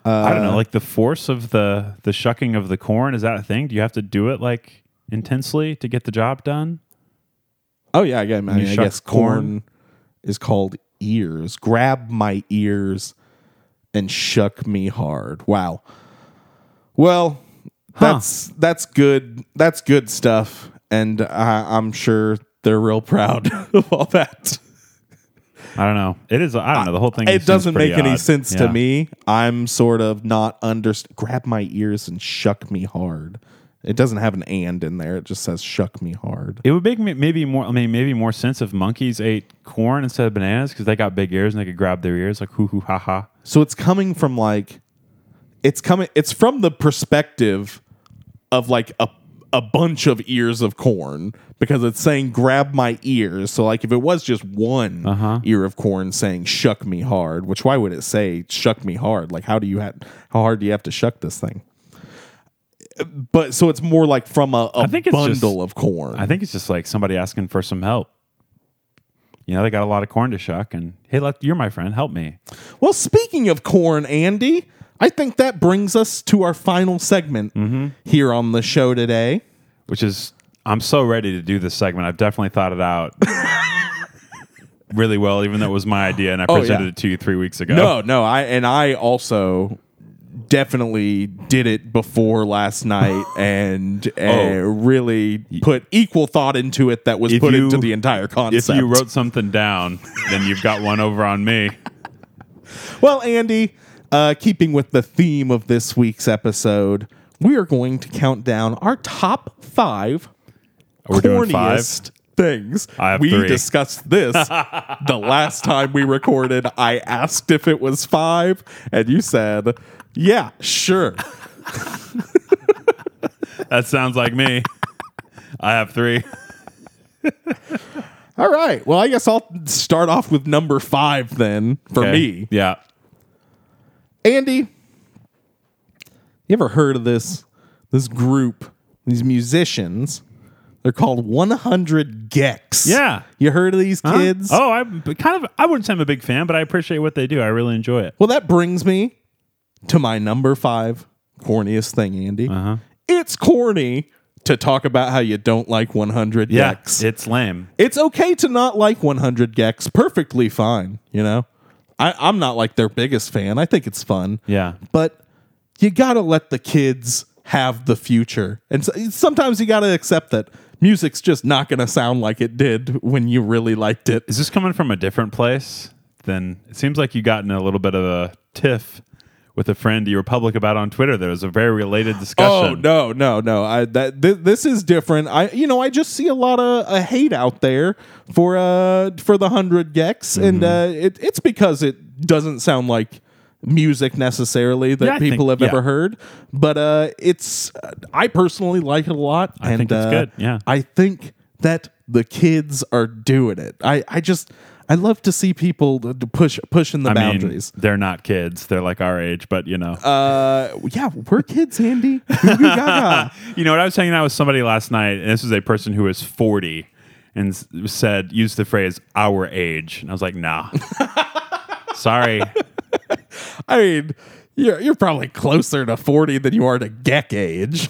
Speaker 1: I
Speaker 2: Uh,
Speaker 1: don't know, like the force of the the shucking of the corn is that a thing? Do you have to do it like intensely to get the job done?
Speaker 2: Oh yeah, I guess, I, mean,
Speaker 1: you
Speaker 2: I
Speaker 1: shuck
Speaker 2: guess corn,
Speaker 1: corn?
Speaker 2: is called ears. Grab my ears and shuck me hard. Wow. Well, that's that's good. That's good stuff, and I, I'm sure they're real proud of all that.
Speaker 1: I don't know. It is. I don't know. The whole thing.
Speaker 2: It
Speaker 1: seems
Speaker 2: doesn't make
Speaker 1: pretty
Speaker 2: any
Speaker 1: odd.
Speaker 2: sense
Speaker 1: Yeah.
Speaker 2: to me. I'm sort of not underst. Grab my ears and shuck me hard. It doesn't have an and in there. It just says shuck me hard.
Speaker 1: It would make me maybe more. I mean, maybe more sense if monkeys ate corn instead of bananas because they got big ears and they could grab their ears like hoo hoo ha ha.
Speaker 2: So it's coming from like it's coming it's from the perspective of like a a bunch of ears of corn because it's saying grab my ears. So like if it was just one
Speaker 1: Uh-huh.
Speaker 2: ear of corn saying shuck me hard, which why would it say shuck me hard? Like how do you have how hard do you have to shuck this thing? But so it's more like from a, a
Speaker 1: think it's
Speaker 2: bundle
Speaker 1: just-
Speaker 2: of corn.
Speaker 1: I think it's just like somebody asking for some help. You know, they got a lot of corn to shuck, and hey, let, you're my friend. Help me.
Speaker 2: Well, speaking of corn, Andy, I think that brings us to our final segment
Speaker 1: Mm-hmm.
Speaker 2: here on the show today.
Speaker 1: Which is, I'm so ready to do this segment. I've definitely thought it out really well, even though it was my idea and I presented
Speaker 2: Oh, yeah.
Speaker 1: it to you three weeks ago.
Speaker 2: No, no, I and I also definitely did it before last night and
Speaker 1: Oh.
Speaker 2: uh, really put equal thought into it that was
Speaker 1: If
Speaker 2: put
Speaker 1: you-
Speaker 2: into the entire
Speaker 1: If
Speaker 2: concept.
Speaker 1: you wrote something down, then you've got one over on me.
Speaker 2: well, Andy, uh, keeping with the theme of this week's episode, we are going to count down our top five
Speaker 1: We're doing five.
Speaker 2: corniest things.
Speaker 1: I have
Speaker 2: we
Speaker 1: three.
Speaker 2: discussed this the last time we recorded. I asked if it was five, and you said, "Yeah, sure."
Speaker 1: That sounds like me. I have three.
Speaker 2: All right. Well, I guess I'll start off with number five then for me.
Speaker 1: Yeah.
Speaker 2: Andy, you ever heard of this this group? These musicians. They're called 100 Gex.
Speaker 1: Yeah.
Speaker 2: You heard of these
Speaker 1: Huh?
Speaker 2: kids?
Speaker 1: Oh, I'm b- kind of. I wouldn't say I'm a big fan, but I appreciate what they do. I really enjoy it.
Speaker 2: Well, that brings me to my number five corniest thing, Andy. Uh-huh. It's corny to talk about how you don't like 100
Speaker 1: Yeah,
Speaker 2: gex.
Speaker 1: it's lame.
Speaker 2: it's okay to not like 100 gex. Perfectly fine, you know? I, I'm not like their biggest fan. I think it's fun.
Speaker 1: Yeah,
Speaker 2: But you got to let the kids have the future. And so, sometimes you got to accept that music's just not going to sound like it did when you really liked it.
Speaker 1: is this coming from a different place? Then it seems like you got in a little bit of a tiff with a friend you were public about on Twitter. There was a very related discussion.
Speaker 2: Oh no, no, no! I that th- this is different. I you know I just see a lot of uh, hate out there for uh for the hundred gex,
Speaker 1: Mm-hmm.
Speaker 2: and uh, it, it's because it doesn't sound like music necessarily that
Speaker 1: Yeah, I think-
Speaker 2: people have
Speaker 1: yeah.
Speaker 2: ever heard. But uh, it's uh, I personally like it a lot, and
Speaker 1: think it's
Speaker 2: uh,
Speaker 1: good, yeah.
Speaker 2: I think that the kids are doing it. I I just I love to see people to to push pushing the
Speaker 1: I
Speaker 2: boundaries.
Speaker 1: mean, they're not kids; they're like our age. But you know,
Speaker 2: uh, yeah, we're kids, Andy. Goo goo gaga.
Speaker 1: you know what? I was hanging out with somebody last night, and this is a person who is forty, and s- said used the phrase "our age," and I was like, "Nah, sorry."
Speaker 2: I mean, you're you're probably closer to forty than you are to Geck age.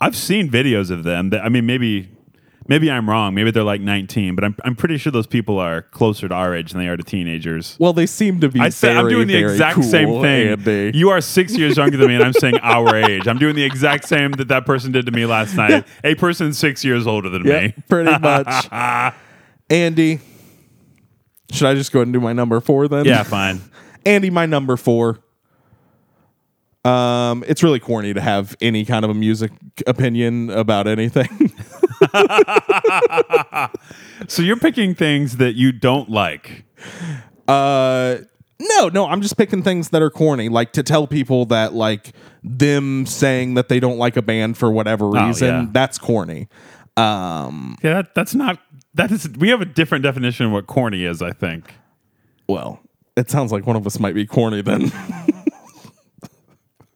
Speaker 1: I've seen videos of them. That, I mean, maybe maybe I'm wrong. Maybe they're like 19, but I'm I'm pretty sure those people are closer to our age than they are to teenagers.
Speaker 2: Well, they seem to be.
Speaker 1: I said I'm
Speaker 2: very,
Speaker 1: doing the
Speaker 2: very
Speaker 1: exact
Speaker 2: cool,
Speaker 1: same thing.
Speaker 2: Andy.
Speaker 1: You are six years younger than me, and I'm saying our age. I'm doing the exact same that that person did to me last night. A person six years older than
Speaker 2: Yep,
Speaker 1: me.
Speaker 2: pretty much. Andy, should I just go ahead and do my number four then?
Speaker 1: Yeah, fine.
Speaker 2: Andy, my number four. Um, it's really corny to have any kind of a music opinion about anything.
Speaker 1: So you're picking things that you don't like.
Speaker 2: Uh, no, no, I'm just picking things that are corny, like to tell people that like them saying that they don't like a band for whatever reason,
Speaker 1: yeah.
Speaker 2: that's corny.
Speaker 1: Yeah, that, that's not. That is. We have a different definition of what corny is. I think.
Speaker 2: Well, it sounds like one of us might be corny then.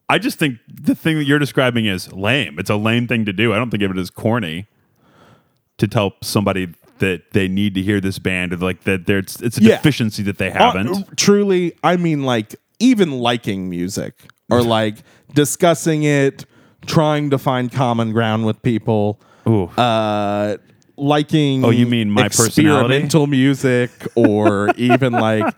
Speaker 1: I just think the thing that you're describing is lame. It's a lame thing to do. I don't think of it as corny. to tell somebody that they need to hear this band or like that there's it's a
Speaker 2: Yeah.
Speaker 1: deficiency that they
Speaker 2: Uh,
Speaker 1: haven't.
Speaker 2: truly, I mean, like even liking music or like discussing it, trying to find common ground with people.
Speaker 1: Ooh.
Speaker 2: Uh, liking. Oh,
Speaker 1: you mean my personality?
Speaker 2: experimental music, or even like,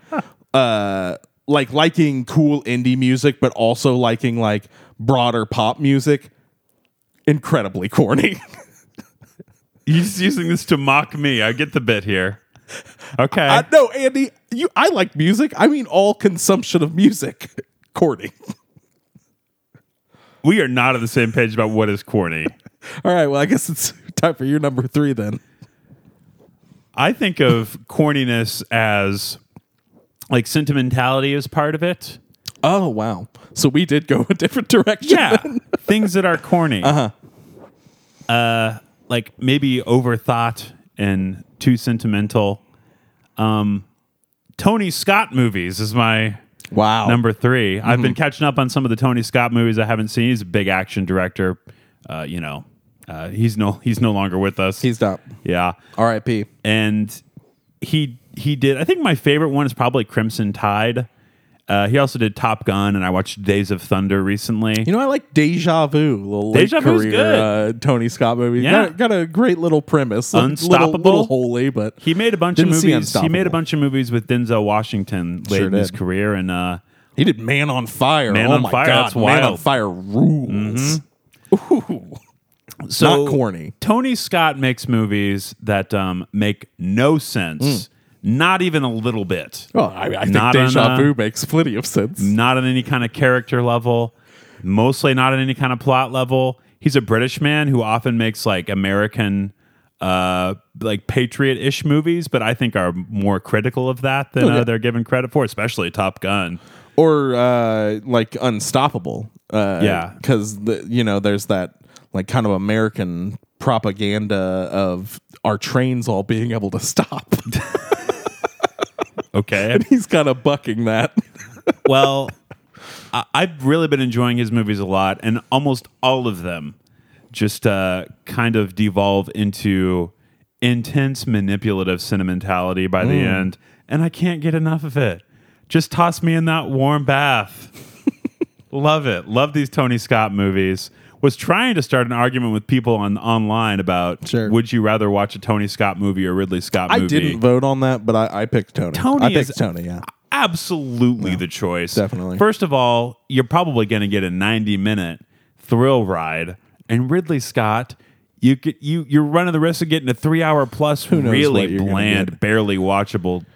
Speaker 2: uh, like liking cool indie music, but also liking like broader pop music. Incredibly corny.
Speaker 1: You're just using this to mock me. I get the bit here. Okay.
Speaker 2: I, no, Andy, you. I like music. I mean, all consumption of music. Corny.
Speaker 1: we are not on the same page about what is corny.
Speaker 2: All right. Well, I guess it's time for your number three then.
Speaker 1: I think of corniness as like sentimentality is part of it.
Speaker 2: Oh wow! So we did go a different direction.
Speaker 1: Yeah. Things that are corny. Uh-huh. like maybe overthought and too sentimental. Um Tony Scott movies is my
Speaker 2: Wow.
Speaker 1: Number 3 i I've been
Speaker 2: Mm-hmm.
Speaker 1: catching up on some of the Tony Scott movies I haven't seen. He's a big action director. Uh, you know, uh, he's no he's no longer with us.
Speaker 2: He's up.
Speaker 1: yeah,
Speaker 2: R.I.P.
Speaker 1: and he he did. I think my favorite one is probably Crimson Tide. Uh, he also did Top Gun, and I watched Days of Thunder recently.
Speaker 2: You know, I like Deja Vu, little late
Speaker 1: Deja Vu's
Speaker 2: career
Speaker 1: good.
Speaker 2: Uh, Tony Scott movie.
Speaker 1: Yeah.
Speaker 2: Got, got a great little premise. Little-
Speaker 1: Unstoppable.
Speaker 2: little, little holy, but
Speaker 1: he made a bunch
Speaker 2: Didn't
Speaker 1: of
Speaker 2: see
Speaker 1: movies. He made a
Speaker 2: Unstoppable.
Speaker 1: bunch of movies with Denzel Washington late
Speaker 2: Sure
Speaker 1: in his
Speaker 2: did.
Speaker 1: career, and uh,
Speaker 2: he did Man on Fire.
Speaker 1: Man
Speaker 2: oh
Speaker 1: on
Speaker 2: my
Speaker 1: Fire,
Speaker 2: god,
Speaker 1: that's
Speaker 2: Man on
Speaker 1: wild. Mm-hmm.
Speaker 2: Fire rules.
Speaker 1: so
Speaker 2: Not corny.
Speaker 1: Tony Scott makes movies that um, make no sense, not even a little bit.
Speaker 2: Hmm. Well, Oh, I, I think
Speaker 1: Not
Speaker 2: Deja
Speaker 1: on uh, a-
Speaker 2: Vu makes plenty of sense.
Speaker 1: not on any kind of character level, mostly not on any kind of plot level. He's a British man who often makes like American, uh, like patriot ish movies, but I think are more critical of that than
Speaker 2: Oh, yeah.
Speaker 1: uh, they're given credit for, especially Top Gun.
Speaker 2: or uh, like unstoppable. Uh,
Speaker 1: Yeah.
Speaker 2: because you know there's that like kind of American propaganda of our trains all being able to stop.
Speaker 1: Okay.
Speaker 2: He's kind of bucking that.
Speaker 1: well, I- I've really been enjoying his movies a lot, and almost all of them just uh, kind of devolve into intense manipulative sentimentality by the
Speaker 2: Mm.
Speaker 1: end, and I can't get enough of it. Just toss me in that warm bath. Love it. Love these Tony Scott movies. Was trying to start an argument with people on online about
Speaker 2: Sure.
Speaker 1: would you rather watch a Tony Scott movie or Ridley Scott
Speaker 2: I
Speaker 1: movie?
Speaker 2: didn't vote on that, but I, I picked Tony.
Speaker 1: Tony
Speaker 2: I picked
Speaker 1: is-
Speaker 2: Tony. Yeah,
Speaker 1: absolutely the choice.
Speaker 2: definitely.
Speaker 1: First of all, you're probably going to get a 90 minute thrill ride, and Ridley Scott, you could, you you're running the risk of getting a three hour plus
Speaker 2: knows what
Speaker 1: really
Speaker 2: you're gonna
Speaker 1: bland,
Speaker 2: get.
Speaker 1: barely watchable.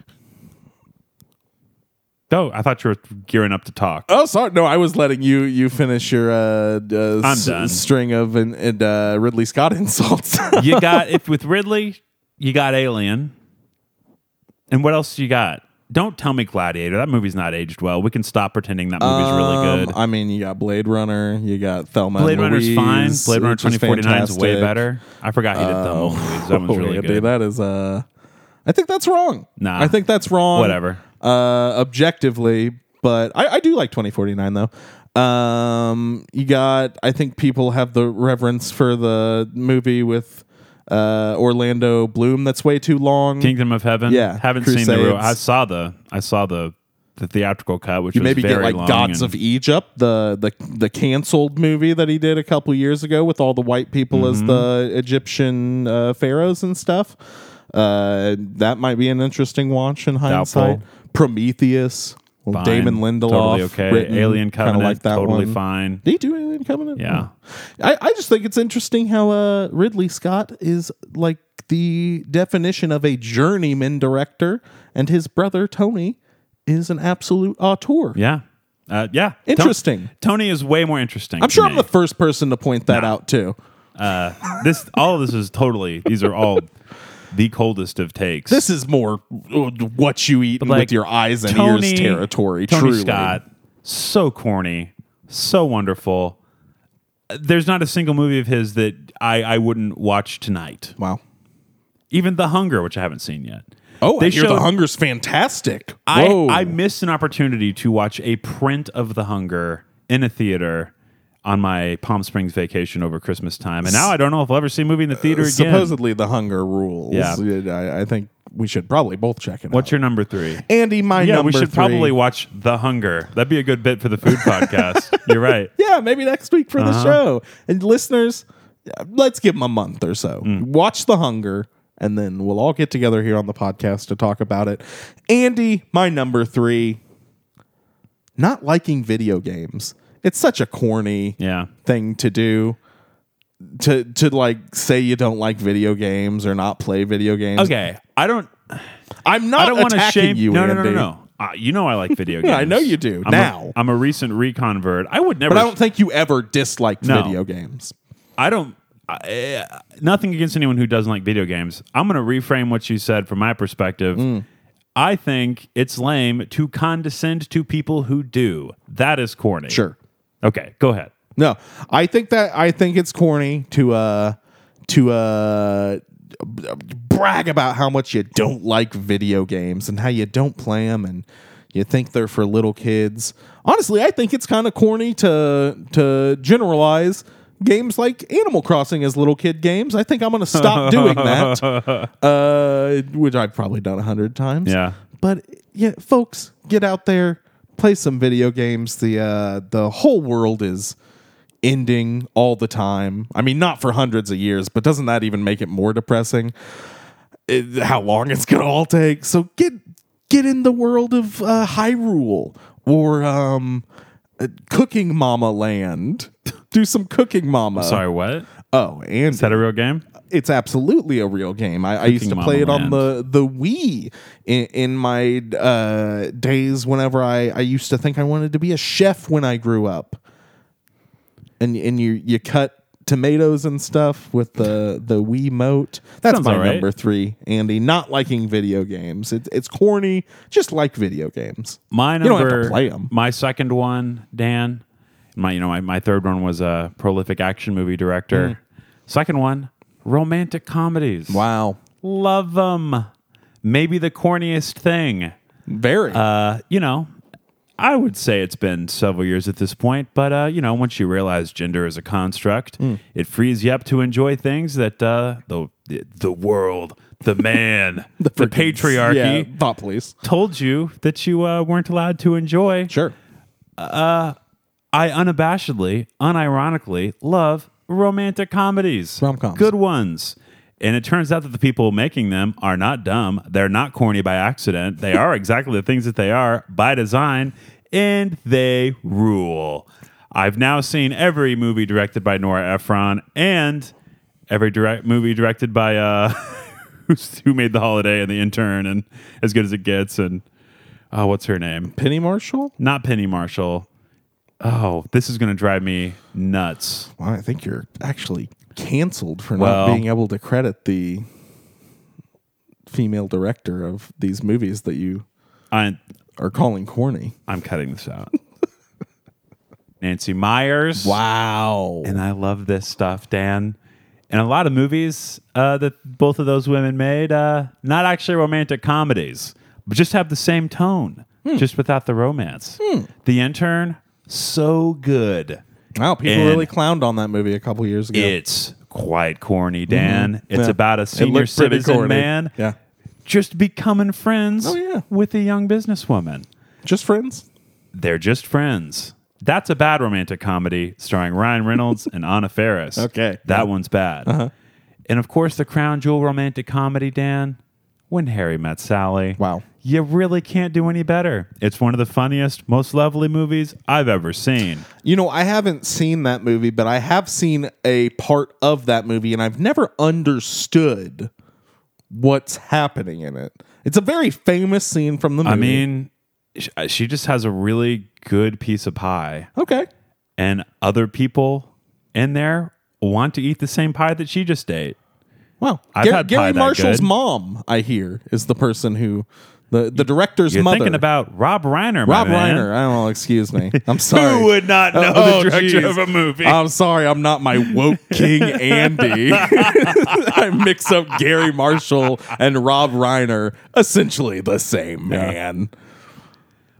Speaker 1: Oh, I thought you were gearing up to talk.
Speaker 2: Oh, sorry. No, I was letting you you finish your uh, uh,
Speaker 1: I'm done.
Speaker 2: string of and, and uh, Ridley Scott insults.
Speaker 1: You got if with Ridley, you got Alien, and what else you got? Don't tell me Gladiator. That movie's not aged well. We can stop pretending that movie's really
Speaker 2: Um,
Speaker 1: good.
Speaker 2: I mean, you got Blade Runner. You got Thelma. and
Speaker 1: Blade Runner's
Speaker 2: Louise,
Speaker 1: fine. Blade Runner
Speaker 2: which was
Speaker 1: 2049 is way
Speaker 2: fantastic.
Speaker 1: better. I forgot he did Dumbo movies. That one's
Speaker 2: Oh,
Speaker 1: really
Speaker 2: Andy,
Speaker 1: good.
Speaker 2: That is uh I think that's wrong.
Speaker 1: Nah.
Speaker 2: I think that's wrong.
Speaker 1: Whatever.
Speaker 2: Uh objectively, but I, I do like 2049 though. Um you got I think people have the reverence for the movie with uh Orlando Bloom that's way too long.
Speaker 1: Kingdom of Heaven.
Speaker 2: Yeah,
Speaker 1: haven't seen the. Real,
Speaker 2: Crusades.
Speaker 1: I saw the. I saw the the theatrical cut, which
Speaker 2: you
Speaker 1: was
Speaker 2: maybe
Speaker 1: very
Speaker 2: get like
Speaker 1: long
Speaker 2: Gods
Speaker 1: and-
Speaker 2: of E- Egypt, the the the canceled movie that he did a couple years ago with all the white people
Speaker 1: Mm-hmm.
Speaker 2: as the Egyptian uh, pharaohs and stuff. Uh, that might be an interesting watch in hindsight. Prometheus,
Speaker 1: Fine.
Speaker 2: Damon Lindelof,
Speaker 1: Totally okay.
Speaker 2: written,
Speaker 1: Alien
Speaker 2: kinda
Speaker 1: Covenant.
Speaker 2: like that
Speaker 1: totally
Speaker 2: one.
Speaker 1: fine.
Speaker 2: Did he do Alien Covenant? Hmm.
Speaker 1: Yeah.
Speaker 2: I, I just think it's interesting how uh, Ridley Scott is like the definition of a journeyman director, and his brother Tony is an absolute auteur.
Speaker 1: Yeah. Uh, yeah. Ton-
Speaker 2: Interesting.
Speaker 1: Tony is way more interesting.
Speaker 2: I'm
Speaker 1: to
Speaker 2: sure
Speaker 1: me.
Speaker 2: I'm the first person to point that out too.
Speaker 1: this all of this is totally. These are all the coldest of takes.
Speaker 2: This is more uh, what you eat
Speaker 1: like,
Speaker 2: with your eyes and
Speaker 1: Tony-
Speaker 2: ears territory.
Speaker 1: Tony
Speaker 2: truly.
Speaker 1: Scott, so corny, so wonderful. There's not a single movie of his that I, I wouldn't watch tonight.
Speaker 2: Wow.
Speaker 1: Even The Hunger, which I haven't seen yet.
Speaker 2: Oh,
Speaker 1: They
Speaker 2: I hear
Speaker 1: showed-
Speaker 2: the hunger's fantastic.
Speaker 1: I,
Speaker 2: Whoa.
Speaker 1: I missed an opportunity to watch a print of The Hunger in a theater on my Palm Springs vacation over Christmas time, and now I don't know if I'll ever see a movie in the theater again.
Speaker 2: Uh, Supposedly, the hunger rules.
Speaker 1: Yeah.
Speaker 2: I, I think we should probably both check it
Speaker 1: What's
Speaker 2: out.
Speaker 1: your number three?
Speaker 2: Andy, my
Speaker 1: Yeah,
Speaker 2: number
Speaker 1: we should
Speaker 2: three-
Speaker 1: probably watch The Hunger. That'd be a good bit for the food podcast. You're right.
Speaker 2: Yeah, maybe next week for
Speaker 1: Uh-huh.
Speaker 2: the show. And listeners, let's give them a month or so.
Speaker 1: Mm.
Speaker 2: Watch The Hunger, and then we'll all get together here on the podcast to talk about it. Andy, my number three, not liking video games. It's such a corny
Speaker 1: Yeah.
Speaker 2: thing to do. To to like say you don't like video games or not play video games.
Speaker 1: Okay, I don't.
Speaker 2: I'm not
Speaker 1: I don't want to
Speaker 2: attacking
Speaker 1: shame
Speaker 2: you,
Speaker 1: No,
Speaker 2: Andy.
Speaker 1: no, no, no, no. Uh, you know I like video games.
Speaker 2: I know you do,
Speaker 1: I'm
Speaker 2: now.
Speaker 1: i I'm a recent reconvert. I would never.
Speaker 2: But I don't think you ever disliked
Speaker 1: No.
Speaker 2: video games.
Speaker 1: I don't. I, uh, nothing against anyone who doesn't like video games. I'm going to reframe what you said from my perspective.
Speaker 2: Mm.
Speaker 1: I think it's lame to condescend to people who do. That is corny.
Speaker 2: Sure.
Speaker 1: Okay, go ahead.
Speaker 2: No, I think that I think it's corny to uh to uh brag about how much you don't like video games and how you don't play them and you think they're for little kids. Honestly, I think it's kind of corny to to generalize games like Animal Crossing as little kid games. I think I'm going to stop doing that, uh, which I've probably done a hundred times.
Speaker 1: Yeah.
Speaker 2: But yeah, folks, get out there, play some video games. The uh, the whole world is ending all the time. I mean, not for hundreds of years, but doesn't that even make it more depressing? It- how long it's gonna all take? So get get in the world of uh, Hyrule or um, uh, Cooking Mama Land. Do some Cooking Mama.
Speaker 1: Sorry, what?
Speaker 2: Oh, and
Speaker 1: Is that a real game?
Speaker 2: it's absolutely a real game. I, I used to
Speaker 1: Mama
Speaker 2: play it on
Speaker 1: Land.
Speaker 2: the the Wii in, in my uh, days. Whenever I I used to think I wanted to be a chef when I grew up, and and you you cut tomatoes and stuff with the the Wii mote. That's
Speaker 1: Sounds
Speaker 2: my
Speaker 1: all right.
Speaker 2: number three, Andy. Not liking video games. It's it's corny. Just like video games.
Speaker 1: My
Speaker 2: You don't have to
Speaker 1: number,
Speaker 2: play 'em.
Speaker 1: My second one, Dan. My, you know, my, my third one was a prolific action movie director. Second one, romantic comedies.
Speaker 2: Mm. Wow,
Speaker 1: Love them. Maybe the corniest thing.
Speaker 2: very.
Speaker 1: Uh, you know, I would say it's been several years at this point, but uh, you know, once you realize gender is a construct,
Speaker 2: Mm.
Speaker 1: it frees you up to enjoy things that uh, the the world, the man, the, patriarchy
Speaker 2: Yeah, thought police.
Speaker 1: told you that you uh, weren't allowed to enjoy.
Speaker 2: Sure.
Speaker 1: I unabashedly, unironically love romantic comedies.
Speaker 2: Rom-coms.
Speaker 1: Good ones. And it turns out that the people making them are not dumb. They're not corny by accident. They are exactly the things that they are by design, and they rule. I've now seen every movie directed by Nora Ephron and every direct movie directed by uh, who's, who made The Holiday and The Intern and As Good as It Gets and oh, what's her name?
Speaker 2: Penny Marshall.
Speaker 1: not Penny Marshall. Oh, this is going to drive me nuts.
Speaker 2: Well, I think you're actually canceled for
Speaker 1: Well-
Speaker 2: not being able to credit the female director of these movies that you
Speaker 1: I,
Speaker 2: are calling corny.
Speaker 1: I'm cutting this out. Nancy Myers.
Speaker 2: Wow.
Speaker 1: And I love this stuff, Dan. And a lot of movies uh, that both of those women made, uh, not actually romantic comedies, but just have the same tone,
Speaker 2: Hmm.
Speaker 1: just without the romance. The Intern, so good.
Speaker 2: Wow, people
Speaker 1: And-
Speaker 2: really clowned on that movie a couple years ago.
Speaker 1: It's quite corny, Dan. It's
Speaker 2: Mm-hmm. Yeah.
Speaker 1: about a
Speaker 2: It
Speaker 1: senior
Speaker 2: looked pretty
Speaker 1: citizen
Speaker 2: corny.
Speaker 1: man
Speaker 2: Yeah.
Speaker 1: just becoming friends
Speaker 2: Oh, yeah.
Speaker 1: with a young businesswoman.
Speaker 2: Just friends?
Speaker 1: They're just friends. That's a bad romantic comedy starring Ryan Reynolds and Anna Faris.
Speaker 2: Okay. Uh-huh.
Speaker 1: That one's bad. And of course, the crown jewel romantic comedy, Dan, When Harry Met Sally.
Speaker 2: Wow.
Speaker 1: You really can't do any better. It's one of the funniest, most lovely movies I've ever seen.
Speaker 2: You know, I haven't seen that movie, but I have seen a part of that movie and I've never understood what's happening in it. It's a very famous scene from the movie.
Speaker 1: I mean, sh- uh, she just has a really good piece of pie.
Speaker 2: okay.
Speaker 1: and other people in there want to eat the same pie that she just ate.
Speaker 2: Wow.
Speaker 1: I've
Speaker 2: Gar-
Speaker 1: had pie
Speaker 2: Gary
Speaker 1: that
Speaker 2: Marshall's
Speaker 1: good.
Speaker 2: mom, I hear, is the person who the, the director's
Speaker 1: You're
Speaker 2: mother.
Speaker 1: thinking about Rob Reiner, my
Speaker 2: Rob
Speaker 1: man.
Speaker 2: Reiner. I don't know, excuse me. I'm sorry.
Speaker 1: Who would not know
Speaker 2: Oh,
Speaker 1: the director
Speaker 2: geez.
Speaker 1: of a movie?
Speaker 2: I'm sorry, I'm not my woke king Andy. I mix up Gary Marshall and Rob Reiner, essentially the same man.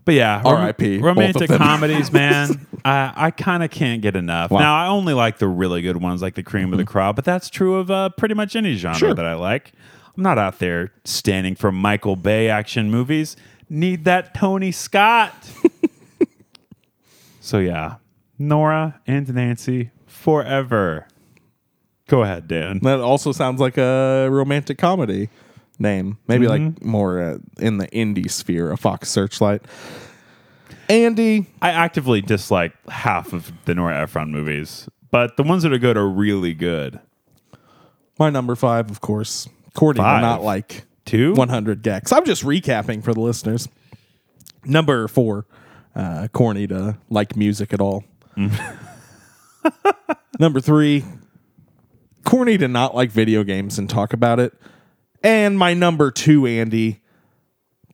Speaker 1: But yeah, rom-
Speaker 2: R.I.P., both of
Speaker 1: romantic
Speaker 2: them.
Speaker 1: comedies, man. I, I kind of can't get enough. Now I only like the really good ones, like the cream of the crop. But that's true of uh, pretty much any genre
Speaker 2: Mm-hmm. Sure.
Speaker 1: that I like. I'm not out there standing for Michael Bay action movies. Need that Tony Scott. so yeah, Nora and Nancy forever. Go ahead, Dan.
Speaker 2: That also sounds like a romantic comedy name. Maybe
Speaker 1: Mm-hmm.
Speaker 2: like more uh, in the indie sphere, a Fox Searchlight. Andy,
Speaker 1: I actively dislike half of the Nora Ephron movies, but the ones that are good are really good.
Speaker 2: my number five, of course. Courting
Speaker 1: Five.
Speaker 2: will not like
Speaker 1: Two?
Speaker 2: 100 gex. I'm just recapping for the listeners. Number four, uh, corny to like music at all. Number three, corny to not like video games and talk about it. And my number two, Andy,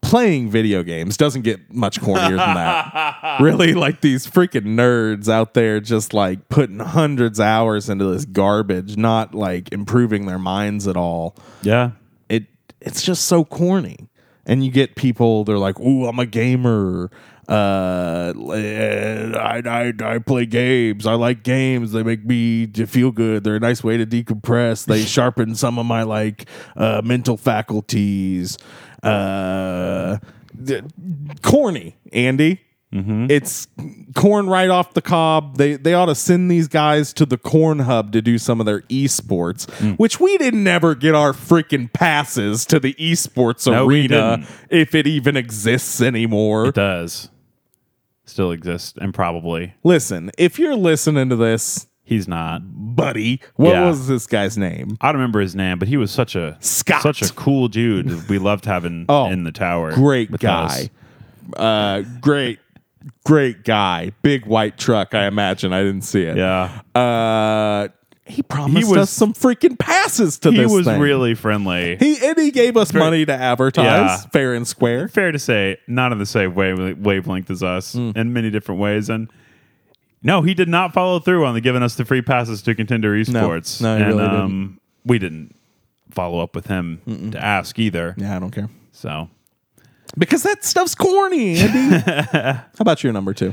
Speaker 2: playing video games doesn't get much cornier than that. really, like these freaking nerds out there just like putting hundreds of hours into this garbage, not like improving their minds at all
Speaker 1: Yeah.
Speaker 2: it it's just so corny. And you get people they're like, "Ooh, I'm a gamer. Uh, eh, I, I I play games. I like games. They make me to feel good. They're a nice way to decompress. They sharpen some of my like uh, mental faculties." Uh, d- corny, Andy.
Speaker 1: Hmm?
Speaker 2: It's corn right off the cob. They they ought to send these guys to the corn hub to do some of their esports,
Speaker 1: Hmm.
Speaker 2: which we didn't ever get our freaking passes to the esports
Speaker 1: No, we
Speaker 2: arena
Speaker 1: didn't.
Speaker 2: if it even exists anymore.
Speaker 1: It does. Still exists, and probably
Speaker 2: Listen, if you're listening to this,
Speaker 1: he's not.
Speaker 2: buddy, what
Speaker 1: Yeah.
Speaker 2: was this guy's name?
Speaker 1: I don't remember his name, but he was such a
Speaker 2: Scott.
Speaker 1: such a cool dude. that We loved having
Speaker 2: Oh,
Speaker 1: in the tower.
Speaker 2: Great
Speaker 1: with
Speaker 2: guy.
Speaker 1: us.
Speaker 2: Uh, great, great guy. Big white truck. I imagine. I didn't see it.
Speaker 1: Yeah,
Speaker 2: Uh, he promised
Speaker 1: was-
Speaker 2: us some freaking passes to
Speaker 1: he
Speaker 2: this
Speaker 1: was
Speaker 2: thing.
Speaker 1: really friendly.
Speaker 2: He and he gave us money to advertise,
Speaker 1: Yeah.
Speaker 2: fair and square.
Speaker 1: Fair to say, not on the same wave, wavelength as us
Speaker 2: Hmm.
Speaker 1: in many different ways, and. No, he did not follow through on the giving us the free passes to contender esports.
Speaker 2: No, he
Speaker 1: and,
Speaker 2: really
Speaker 1: um, we didn't follow up with him to ask either.
Speaker 2: Yeah, I don't care
Speaker 1: So
Speaker 2: because that stuff's corny. Andy. How about your number two?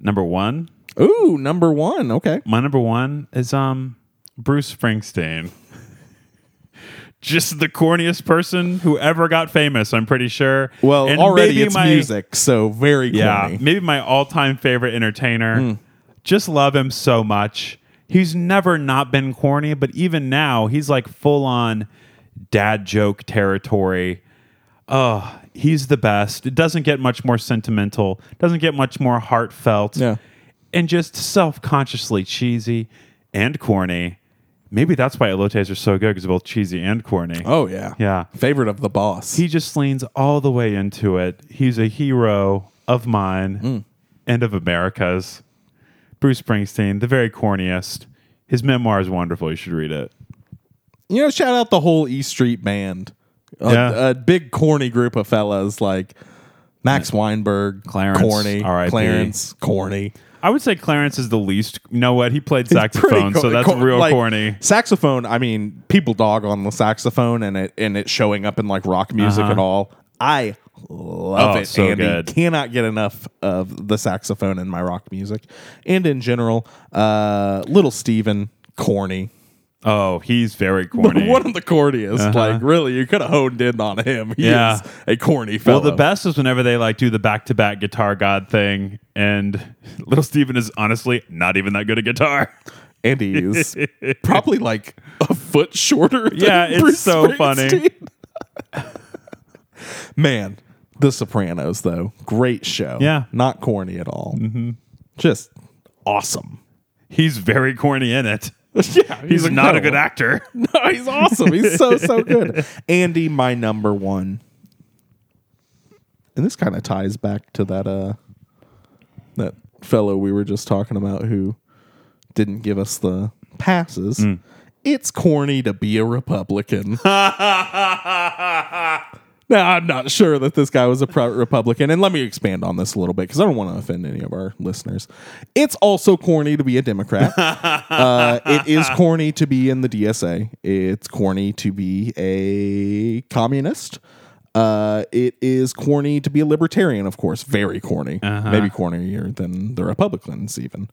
Speaker 1: number one,
Speaker 2: Ooh, number one. Okay,
Speaker 1: my number one is um Bruce Springsteen. Just the corniest person who ever got famous, I'm pretty sure.
Speaker 2: well,
Speaker 1: And
Speaker 2: already
Speaker 1: maybe
Speaker 2: it's music, so very corny.
Speaker 1: Yeah, maybe my all-time favorite entertainer.
Speaker 2: Hmm.
Speaker 1: Just love him so much. He's never not been corny, but even now he's like full on dad joke territory. Oh, he's the best. It doesn't get much more sentimental. Doesn't get much more heartfelt.
Speaker 2: Yeah.
Speaker 1: And just self-consciously cheesy and corny. Maybe that's why elotes are so good because they're both cheesy and corny.
Speaker 2: Oh yeah,
Speaker 1: Yeah
Speaker 2: Favorite of the boss.
Speaker 1: he just leans all the way into it. He's a hero of mine
Speaker 2: Hmm.
Speaker 1: and of America's. Bruce Springsteen, the very corniest. His memoir is wonderful. You should read it.
Speaker 2: you know, shout out the whole E Street band. A,
Speaker 1: Yeah.
Speaker 2: a big corny group of fellas like Max Weinberg,
Speaker 1: Clarence,
Speaker 2: corny,
Speaker 1: R.I.P..
Speaker 2: Clarence, corny.
Speaker 1: I would say Clarence is the least. You know what? He played
Speaker 2: It's pretty
Speaker 1: saxophone, so
Speaker 2: cor-
Speaker 1: that's
Speaker 2: cor-
Speaker 1: real
Speaker 2: like,
Speaker 1: corny.
Speaker 2: Saxophone, I mean, people dog on the saxophone and it and it showing up in like rock music
Speaker 1: Uh-huh.
Speaker 2: at all. I love
Speaker 1: Oh,
Speaker 2: it,
Speaker 1: so
Speaker 2: Andy.
Speaker 1: good.
Speaker 2: Cannot get enough of the saxophone in my rock music and in general. Uh, Little Steven, corny.
Speaker 1: Oh, he's very corny. Uh-huh.
Speaker 2: One of the corniest. Like really, you could have honed in on him. He
Speaker 1: Yeah.
Speaker 2: is a corny
Speaker 1: well,
Speaker 2: fellow.
Speaker 1: the best is whenever they like do the back-to-back guitar god thing, and Little Steven is honestly not even that good at guitar.
Speaker 2: Andy is probably like a foot shorter. Than
Speaker 1: Yeah, it's
Speaker 2: Bruce
Speaker 1: so funny.
Speaker 2: Springsteen. Man, The Sopranos though, great show.
Speaker 1: Yeah.
Speaker 2: not corny at all. Mm-hmm. Just awesome.
Speaker 1: He's very corny in it.
Speaker 2: yeah,
Speaker 1: He's not a good
Speaker 2: incredible.
Speaker 1: actor.
Speaker 2: No, he's awesome. He's so so good. Andy, my number one. And this kind of ties back to that uh that fellow we were just talking about who didn't give us the passes. It's corny to be a Republican. Now, I'm not sure that this guy was a pro- Republican. And let me expand on this a little bit because I don't want to offend any of our listeners. It's also corny to be a Democrat. uh, it is corny to be in the DSA. It's corny to be a communist. Uh, it is corny to be a libertarian, of course, very corny, maybe cornier than the Republicans even.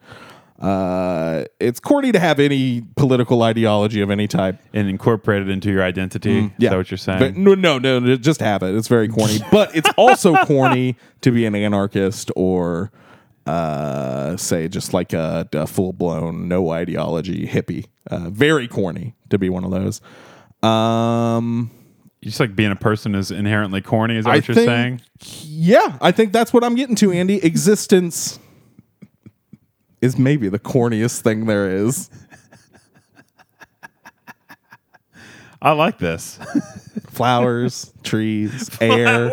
Speaker 2: Uh, it's corny to have any political ideology of any type.
Speaker 1: and incorporate it into your identity. Is that what you're saying?
Speaker 2: Mm, But no, no, no, no, just have it. It's very corny. but it's also corny to be an anarchist or uh, say just like a, a full blown no ideology hippie. Uh, very corny to be one of those. Um,
Speaker 1: just like being a person is inherently corny. Is that what you're
Speaker 2: think-
Speaker 1: saying?
Speaker 2: yeah, I think that's what I'm getting to, Andy. Existence is maybe the corniest thing there is.
Speaker 1: I like this.
Speaker 2: Flowers, trees, air.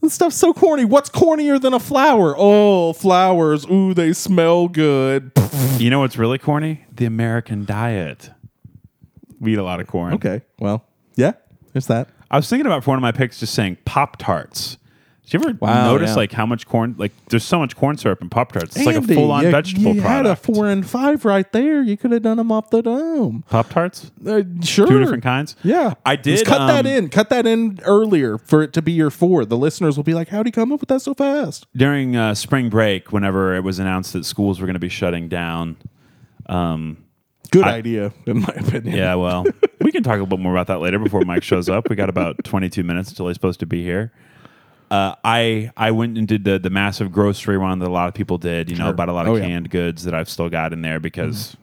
Speaker 2: This stuff's so corny. What's cornier than a flower? Oh, flowers. Ooh, they smell good.
Speaker 1: you know what's really corny? The American diet. We eat a lot of corn.
Speaker 2: Okay. Well, yeah, there's that.
Speaker 1: I was thinking about for one of my picks just saying Pop Tarts. Did you ever
Speaker 2: Wow,
Speaker 1: notice
Speaker 2: yeah.
Speaker 1: like how much corn? Like there's so much corn syrup in Pop Tarts. It's like a full on
Speaker 2: you,
Speaker 1: vegetable
Speaker 2: you had a
Speaker 1: product.
Speaker 2: four and five right there. You could have done them off the dome.
Speaker 1: Pop Tarts,
Speaker 2: Uh, sure.
Speaker 1: two different kinds.
Speaker 2: Yeah.
Speaker 1: I
Speaker 2: Just
Speaker 1: did,
Speaker 2: cut that
Speaker 1: um,
Speaker 2: in. Cut that in earlier for it to be your four. The listeners will be like, how'd he come up with that so fast?
Speaker 1: during uh, spring break, whenever it was announced that schools were going to be shutting down.
Speaker 2: Good idea, in my opinion.
Speaker 1: Yeah, well, we can talk a little bit more about that later before Mike shows up. We got about 22 minutes until he's supposed to be here. Uh, I I went and did the the massive grocery run that a lot of people did. You know, bought a lot of
Speaker 2: Oh, yeah.
Speaker 1: canned goods that I've still got in there because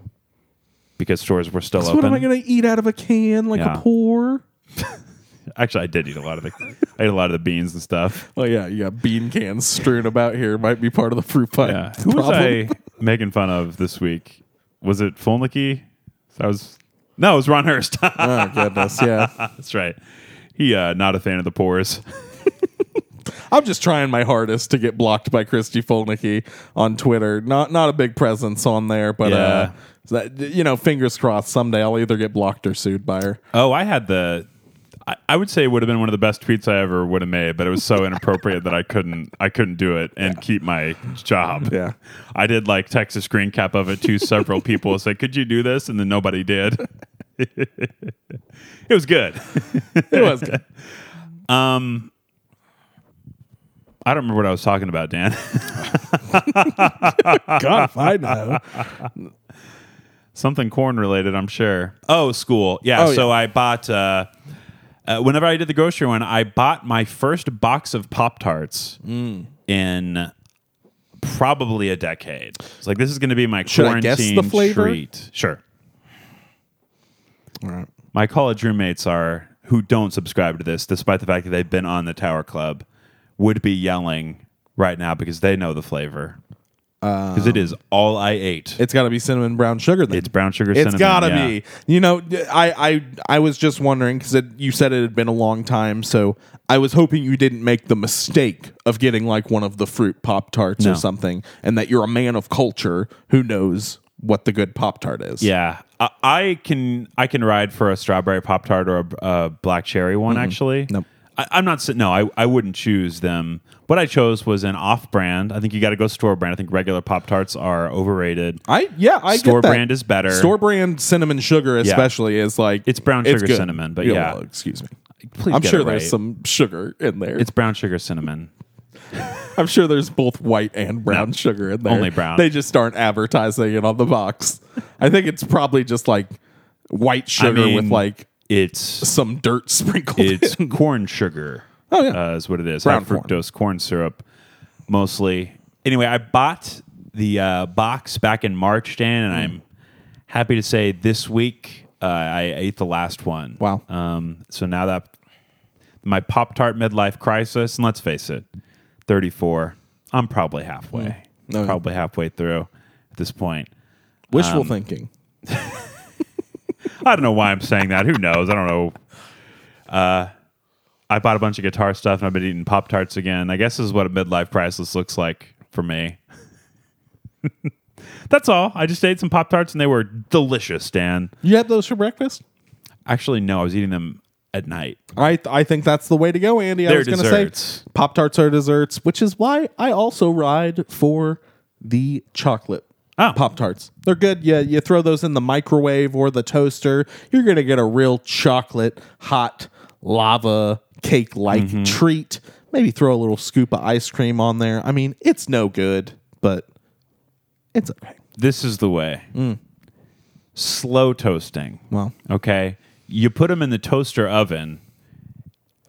Speaker 1: because stores were still
Speaker 2: So
Speaker 1: open.
Speaker 2: what am I going to eat out of a can like
Speaker 1: Yeah.
Speaker 2: a pour?
Speaker 1: Actually, I did eat a lot of the I ate a lot of the beans and stuff.
Speaker 2: Oh, yeah. You got bean cans strewn about here. Might be part of the fruit pie.
Speaker 1: Yeah. Who was
Speaker 2: problem.
Speaker 1: I making fun of this week? Was it Fulnicky? I was no, it was Ron Hurst.
Speaker 2: Oh, goodness. Yeah.
Speaker 1: That's right. He uh, not a fan of the pores.
Speaker 2: I'm just trying my hardest to get blocked by Christy Folnicki on Twitter. Not not a big presence on there, but
Speaker 1: Yeah.
Speaker 2: uh, that, you know, fingers crossed. Someday I'll either get blocked or sued by her.
Speaker 1: Oh, I had the. I, I would say it would have been one of the best tweets I ever would have made, but it was so inappropriate that I couldn't. I couldn't do it and keep my job.
Speaker 2: Yeah.
Speaker 1: I did like text a screen cap of it to several people. and Said, "Could you do this?" And then nobody did. it was good.
Speaker 2: It was good.
Speaker 1: I don't remember what I was talking about, Dan.
Speaker 2: God, if I know.
Speaker 1: Something corn related, I'm sure. Oh, school. Yeah.
Speaker 2: Oh,
Speaker 1: so I bought. Uh, uh, whenever I did the grocery one, I bought my first box of Pop Tarts
Speaker 2: Mm.
Speaker 1: in probably a decade. It's like this is going to be my
Speaker 2: Should I
Speaker 1: quarantine
Speaker 2: guess the flavor?
Speaker 1: treat. Sure. My college roommates are who don't subscribe to this, despite the fact that they've been on the Tower Club, would be yelling right now because they know the flavor. Because it is all I ate.
Speaker 2: Uh, It's got to be cinnamon brown sugar. Then
Speaker 1: It's brown sugar cinnamon.
Speaker 2: It's gotta
Speaker 1: yeah.
Speaker 2: be. You know, I I I was just wondering because you said it had been a long time, so I was hoping you didn't make the mistake of getting like one of the fruit pop tarts
Speaker 1: No.
Speaker 2: or something, and that you're a man of culture who knows what the good pop tart is.
Speaker 1: Yeah, I, I can I can ride for a strawberry pop tart or a, a black cherry one. Actually,
Speaker 2: Nope.
Speaker 1: I, I'm not. s- No, I I wouldn't choose them. What I chose was an off brand. I think you got to go store brand. I think regular pop tarts are overrated.
Speaker 2: I yeah, I
Speaker 1: Store
Speaker 2: get that.
Speaker 1: brand is better.
Speaker 2: Store brand cinnamon sugar, especially, is like
Speaker 1: It's brown sugar
Speaker 2: good.
Speaker 1: cinnamon, but yeah.
Speaker 2: well, excuse me.
Speaker 1: Please
Speaker 2: I'm
Speaker 1: get
Speaker 2: sure
Speaker 1: it
Speaker 2: there's
Speaker 1: right.
Speaker 2: some sugar in there.
Speaker 1: It's brown sugar cinnamon.
Speaker 2: I'm sure there's both white and brown sugar in there.
Speaker 1: only brown.
Speaker 2: They just aren't advertising it on the box. I think it's probably just like white sugar
Speaker 1: mean-
Speaker 2: with like
Speaker 1: It's
Speaker 2: some dirt sprinkled
Speaker 1: it's
Speaker 2: in.
Speaker 1: corn sugar.
Speaker 2: Oh, yeah.
Speaker 1: uh, is what it is.
Speaker 2: Brown
Speaker 1: High fructose corn syrup, mostly. Anyway, I bought the uh, box back in March, Dan,
Speaker 2: Hmm.
Speaker 1: and I'm happy to say this week uh, I ate the last one.
Speaker 2: Wow.
Speaker 1: Um, so now that my Pop Tart midlife crisis, and let's face it, 34. I'm probably halfway.
Speaker 2: Oh, yeah.
Speaker 1: Probably halfway through at this point.
Speaker 2: Wishful
Speaker 1: um,
Speaker 2: thinking.
Speaker 1: I don't know why I'm saying that. Who knows? I don't know. Uh, I bought a bunch of guitar stuff and I've been eating Pop Tarts again. I guess this is what a midlife crisis looks like for me. That's all. I just ate some Pop Tarts and they were delicious, Dan.
Speaker 2: You had those for breakfast?
Speaker 1: Actually, no, I was eating them at night.
Speaker 2: I th- I think that's the way to go, Andy. I
Speaker 1: They're
Speaker 2: was going to
Speaker 1: desserts.
Speaker 2: say Pop Tarts are desserts, which is why I also ride for the chocolate.
Speaker 1: Oh.
Speaker 2: Pop Tarts. They're good. Yeah, you throw those in the microwave or the toaster. You're going to get a real chocolate hot lava cake like
Speaker 1: Mm-hmm.
Speaker 2: treat. Maybe throw a little scoop of ice cream on there. I mean, it's no good, but it's okay.
Speaker 1: This is the way. Slow toasting.
Speaker 2: Mm. Well,
Speaker 1: Okay. You put them in the toaster oven,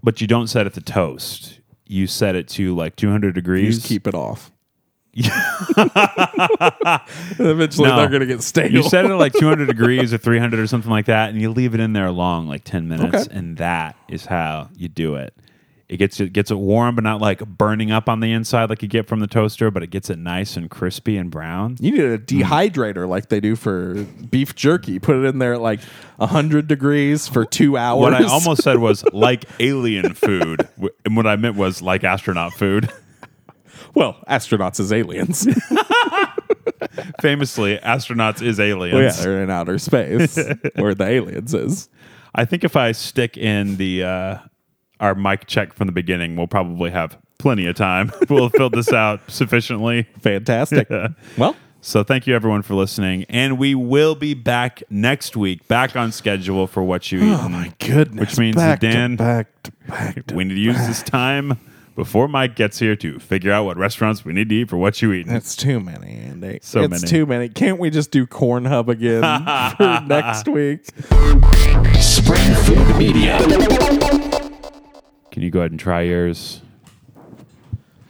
Speaker 1: but you don't set it to toast. You set it to like 200
Speaker 2: you
Speaker 1: degrees.
Speaker 2: just keep it off. Eventually,
Speaker 1: No.
Speaker 2: they're going to get stale.
Speaker 1: you set it at like 200 degrees or 300 or something like that, and you leave it in there long, like 10 minutes,
Speaker 2: Okay.
Speaker 1: and that is how you do it. It gets it gets it warm, but not like burning up on the inside like you get from the toaster, but it gets it nice and crispy and brown.
Speaker 2: You need a dehydrator like they do for beef jerky. Put it in there at like 100 degrees for two hours.
Speaker 1: What I almost said was like alien food, w- and what I meant was like astronaut food.
Speaker 2: well, astronauts is aliens.
Speaker 1: Famously, astronauts is
Speaker 2: Oh, yeah,
Speaker 1: aliens.
Speaker 2: they're in outer space where the aliens is.
Speaker 1: I think if I stick in the uh, our mic check from the beginning, we'll probably have plenty of time. we'll have filled this out sufficiently.
Speaker 2: Fantastic. Well,
Speaker 1: So thank you everyone for listening, and we will be back next week, back on schedule for what you eat.
Speaker 2: oh my goodness.
Speaker 1: Which means
Speaker 2: back
Speaker 1: that Dan-
Speaker 2: to back to back to
Speaker 1: we need to use this time before Mike gets here to figure out what restaurants we need to eat for what you eat.
Speaker 2: That's too many, Andy.
Speaker 1: So
Speaker 2: it's
Speaker 1: many.
Speaker 2: too many. Can't we just do Corn Hub again for next week?
Speaker 3: Springfield Media.
Speaker 1: Can you go ahead and try yours?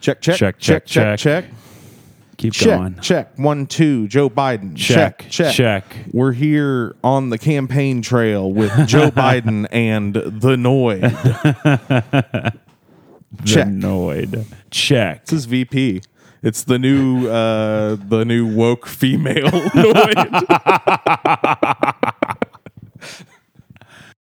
Speaker 2: Check, check,
Speaker 1: Check, check,
Speaker 2: check, check, check, check,
Speaker 1: Keep
Speaker 2: check,
Speaker 1: going.
Speaker 2: check. One, two. Joe Biden.
Speaker 1: Check,
Speaker 2: Check, check,
Speaker 1: check.
Speaker 2: We're here on the campaign trail with Joe Biden and the Noid. check.
Speaker 1: Annoyed. Check.
Speaker 2: This is VP. It's the new, uh, the new woke female Noid.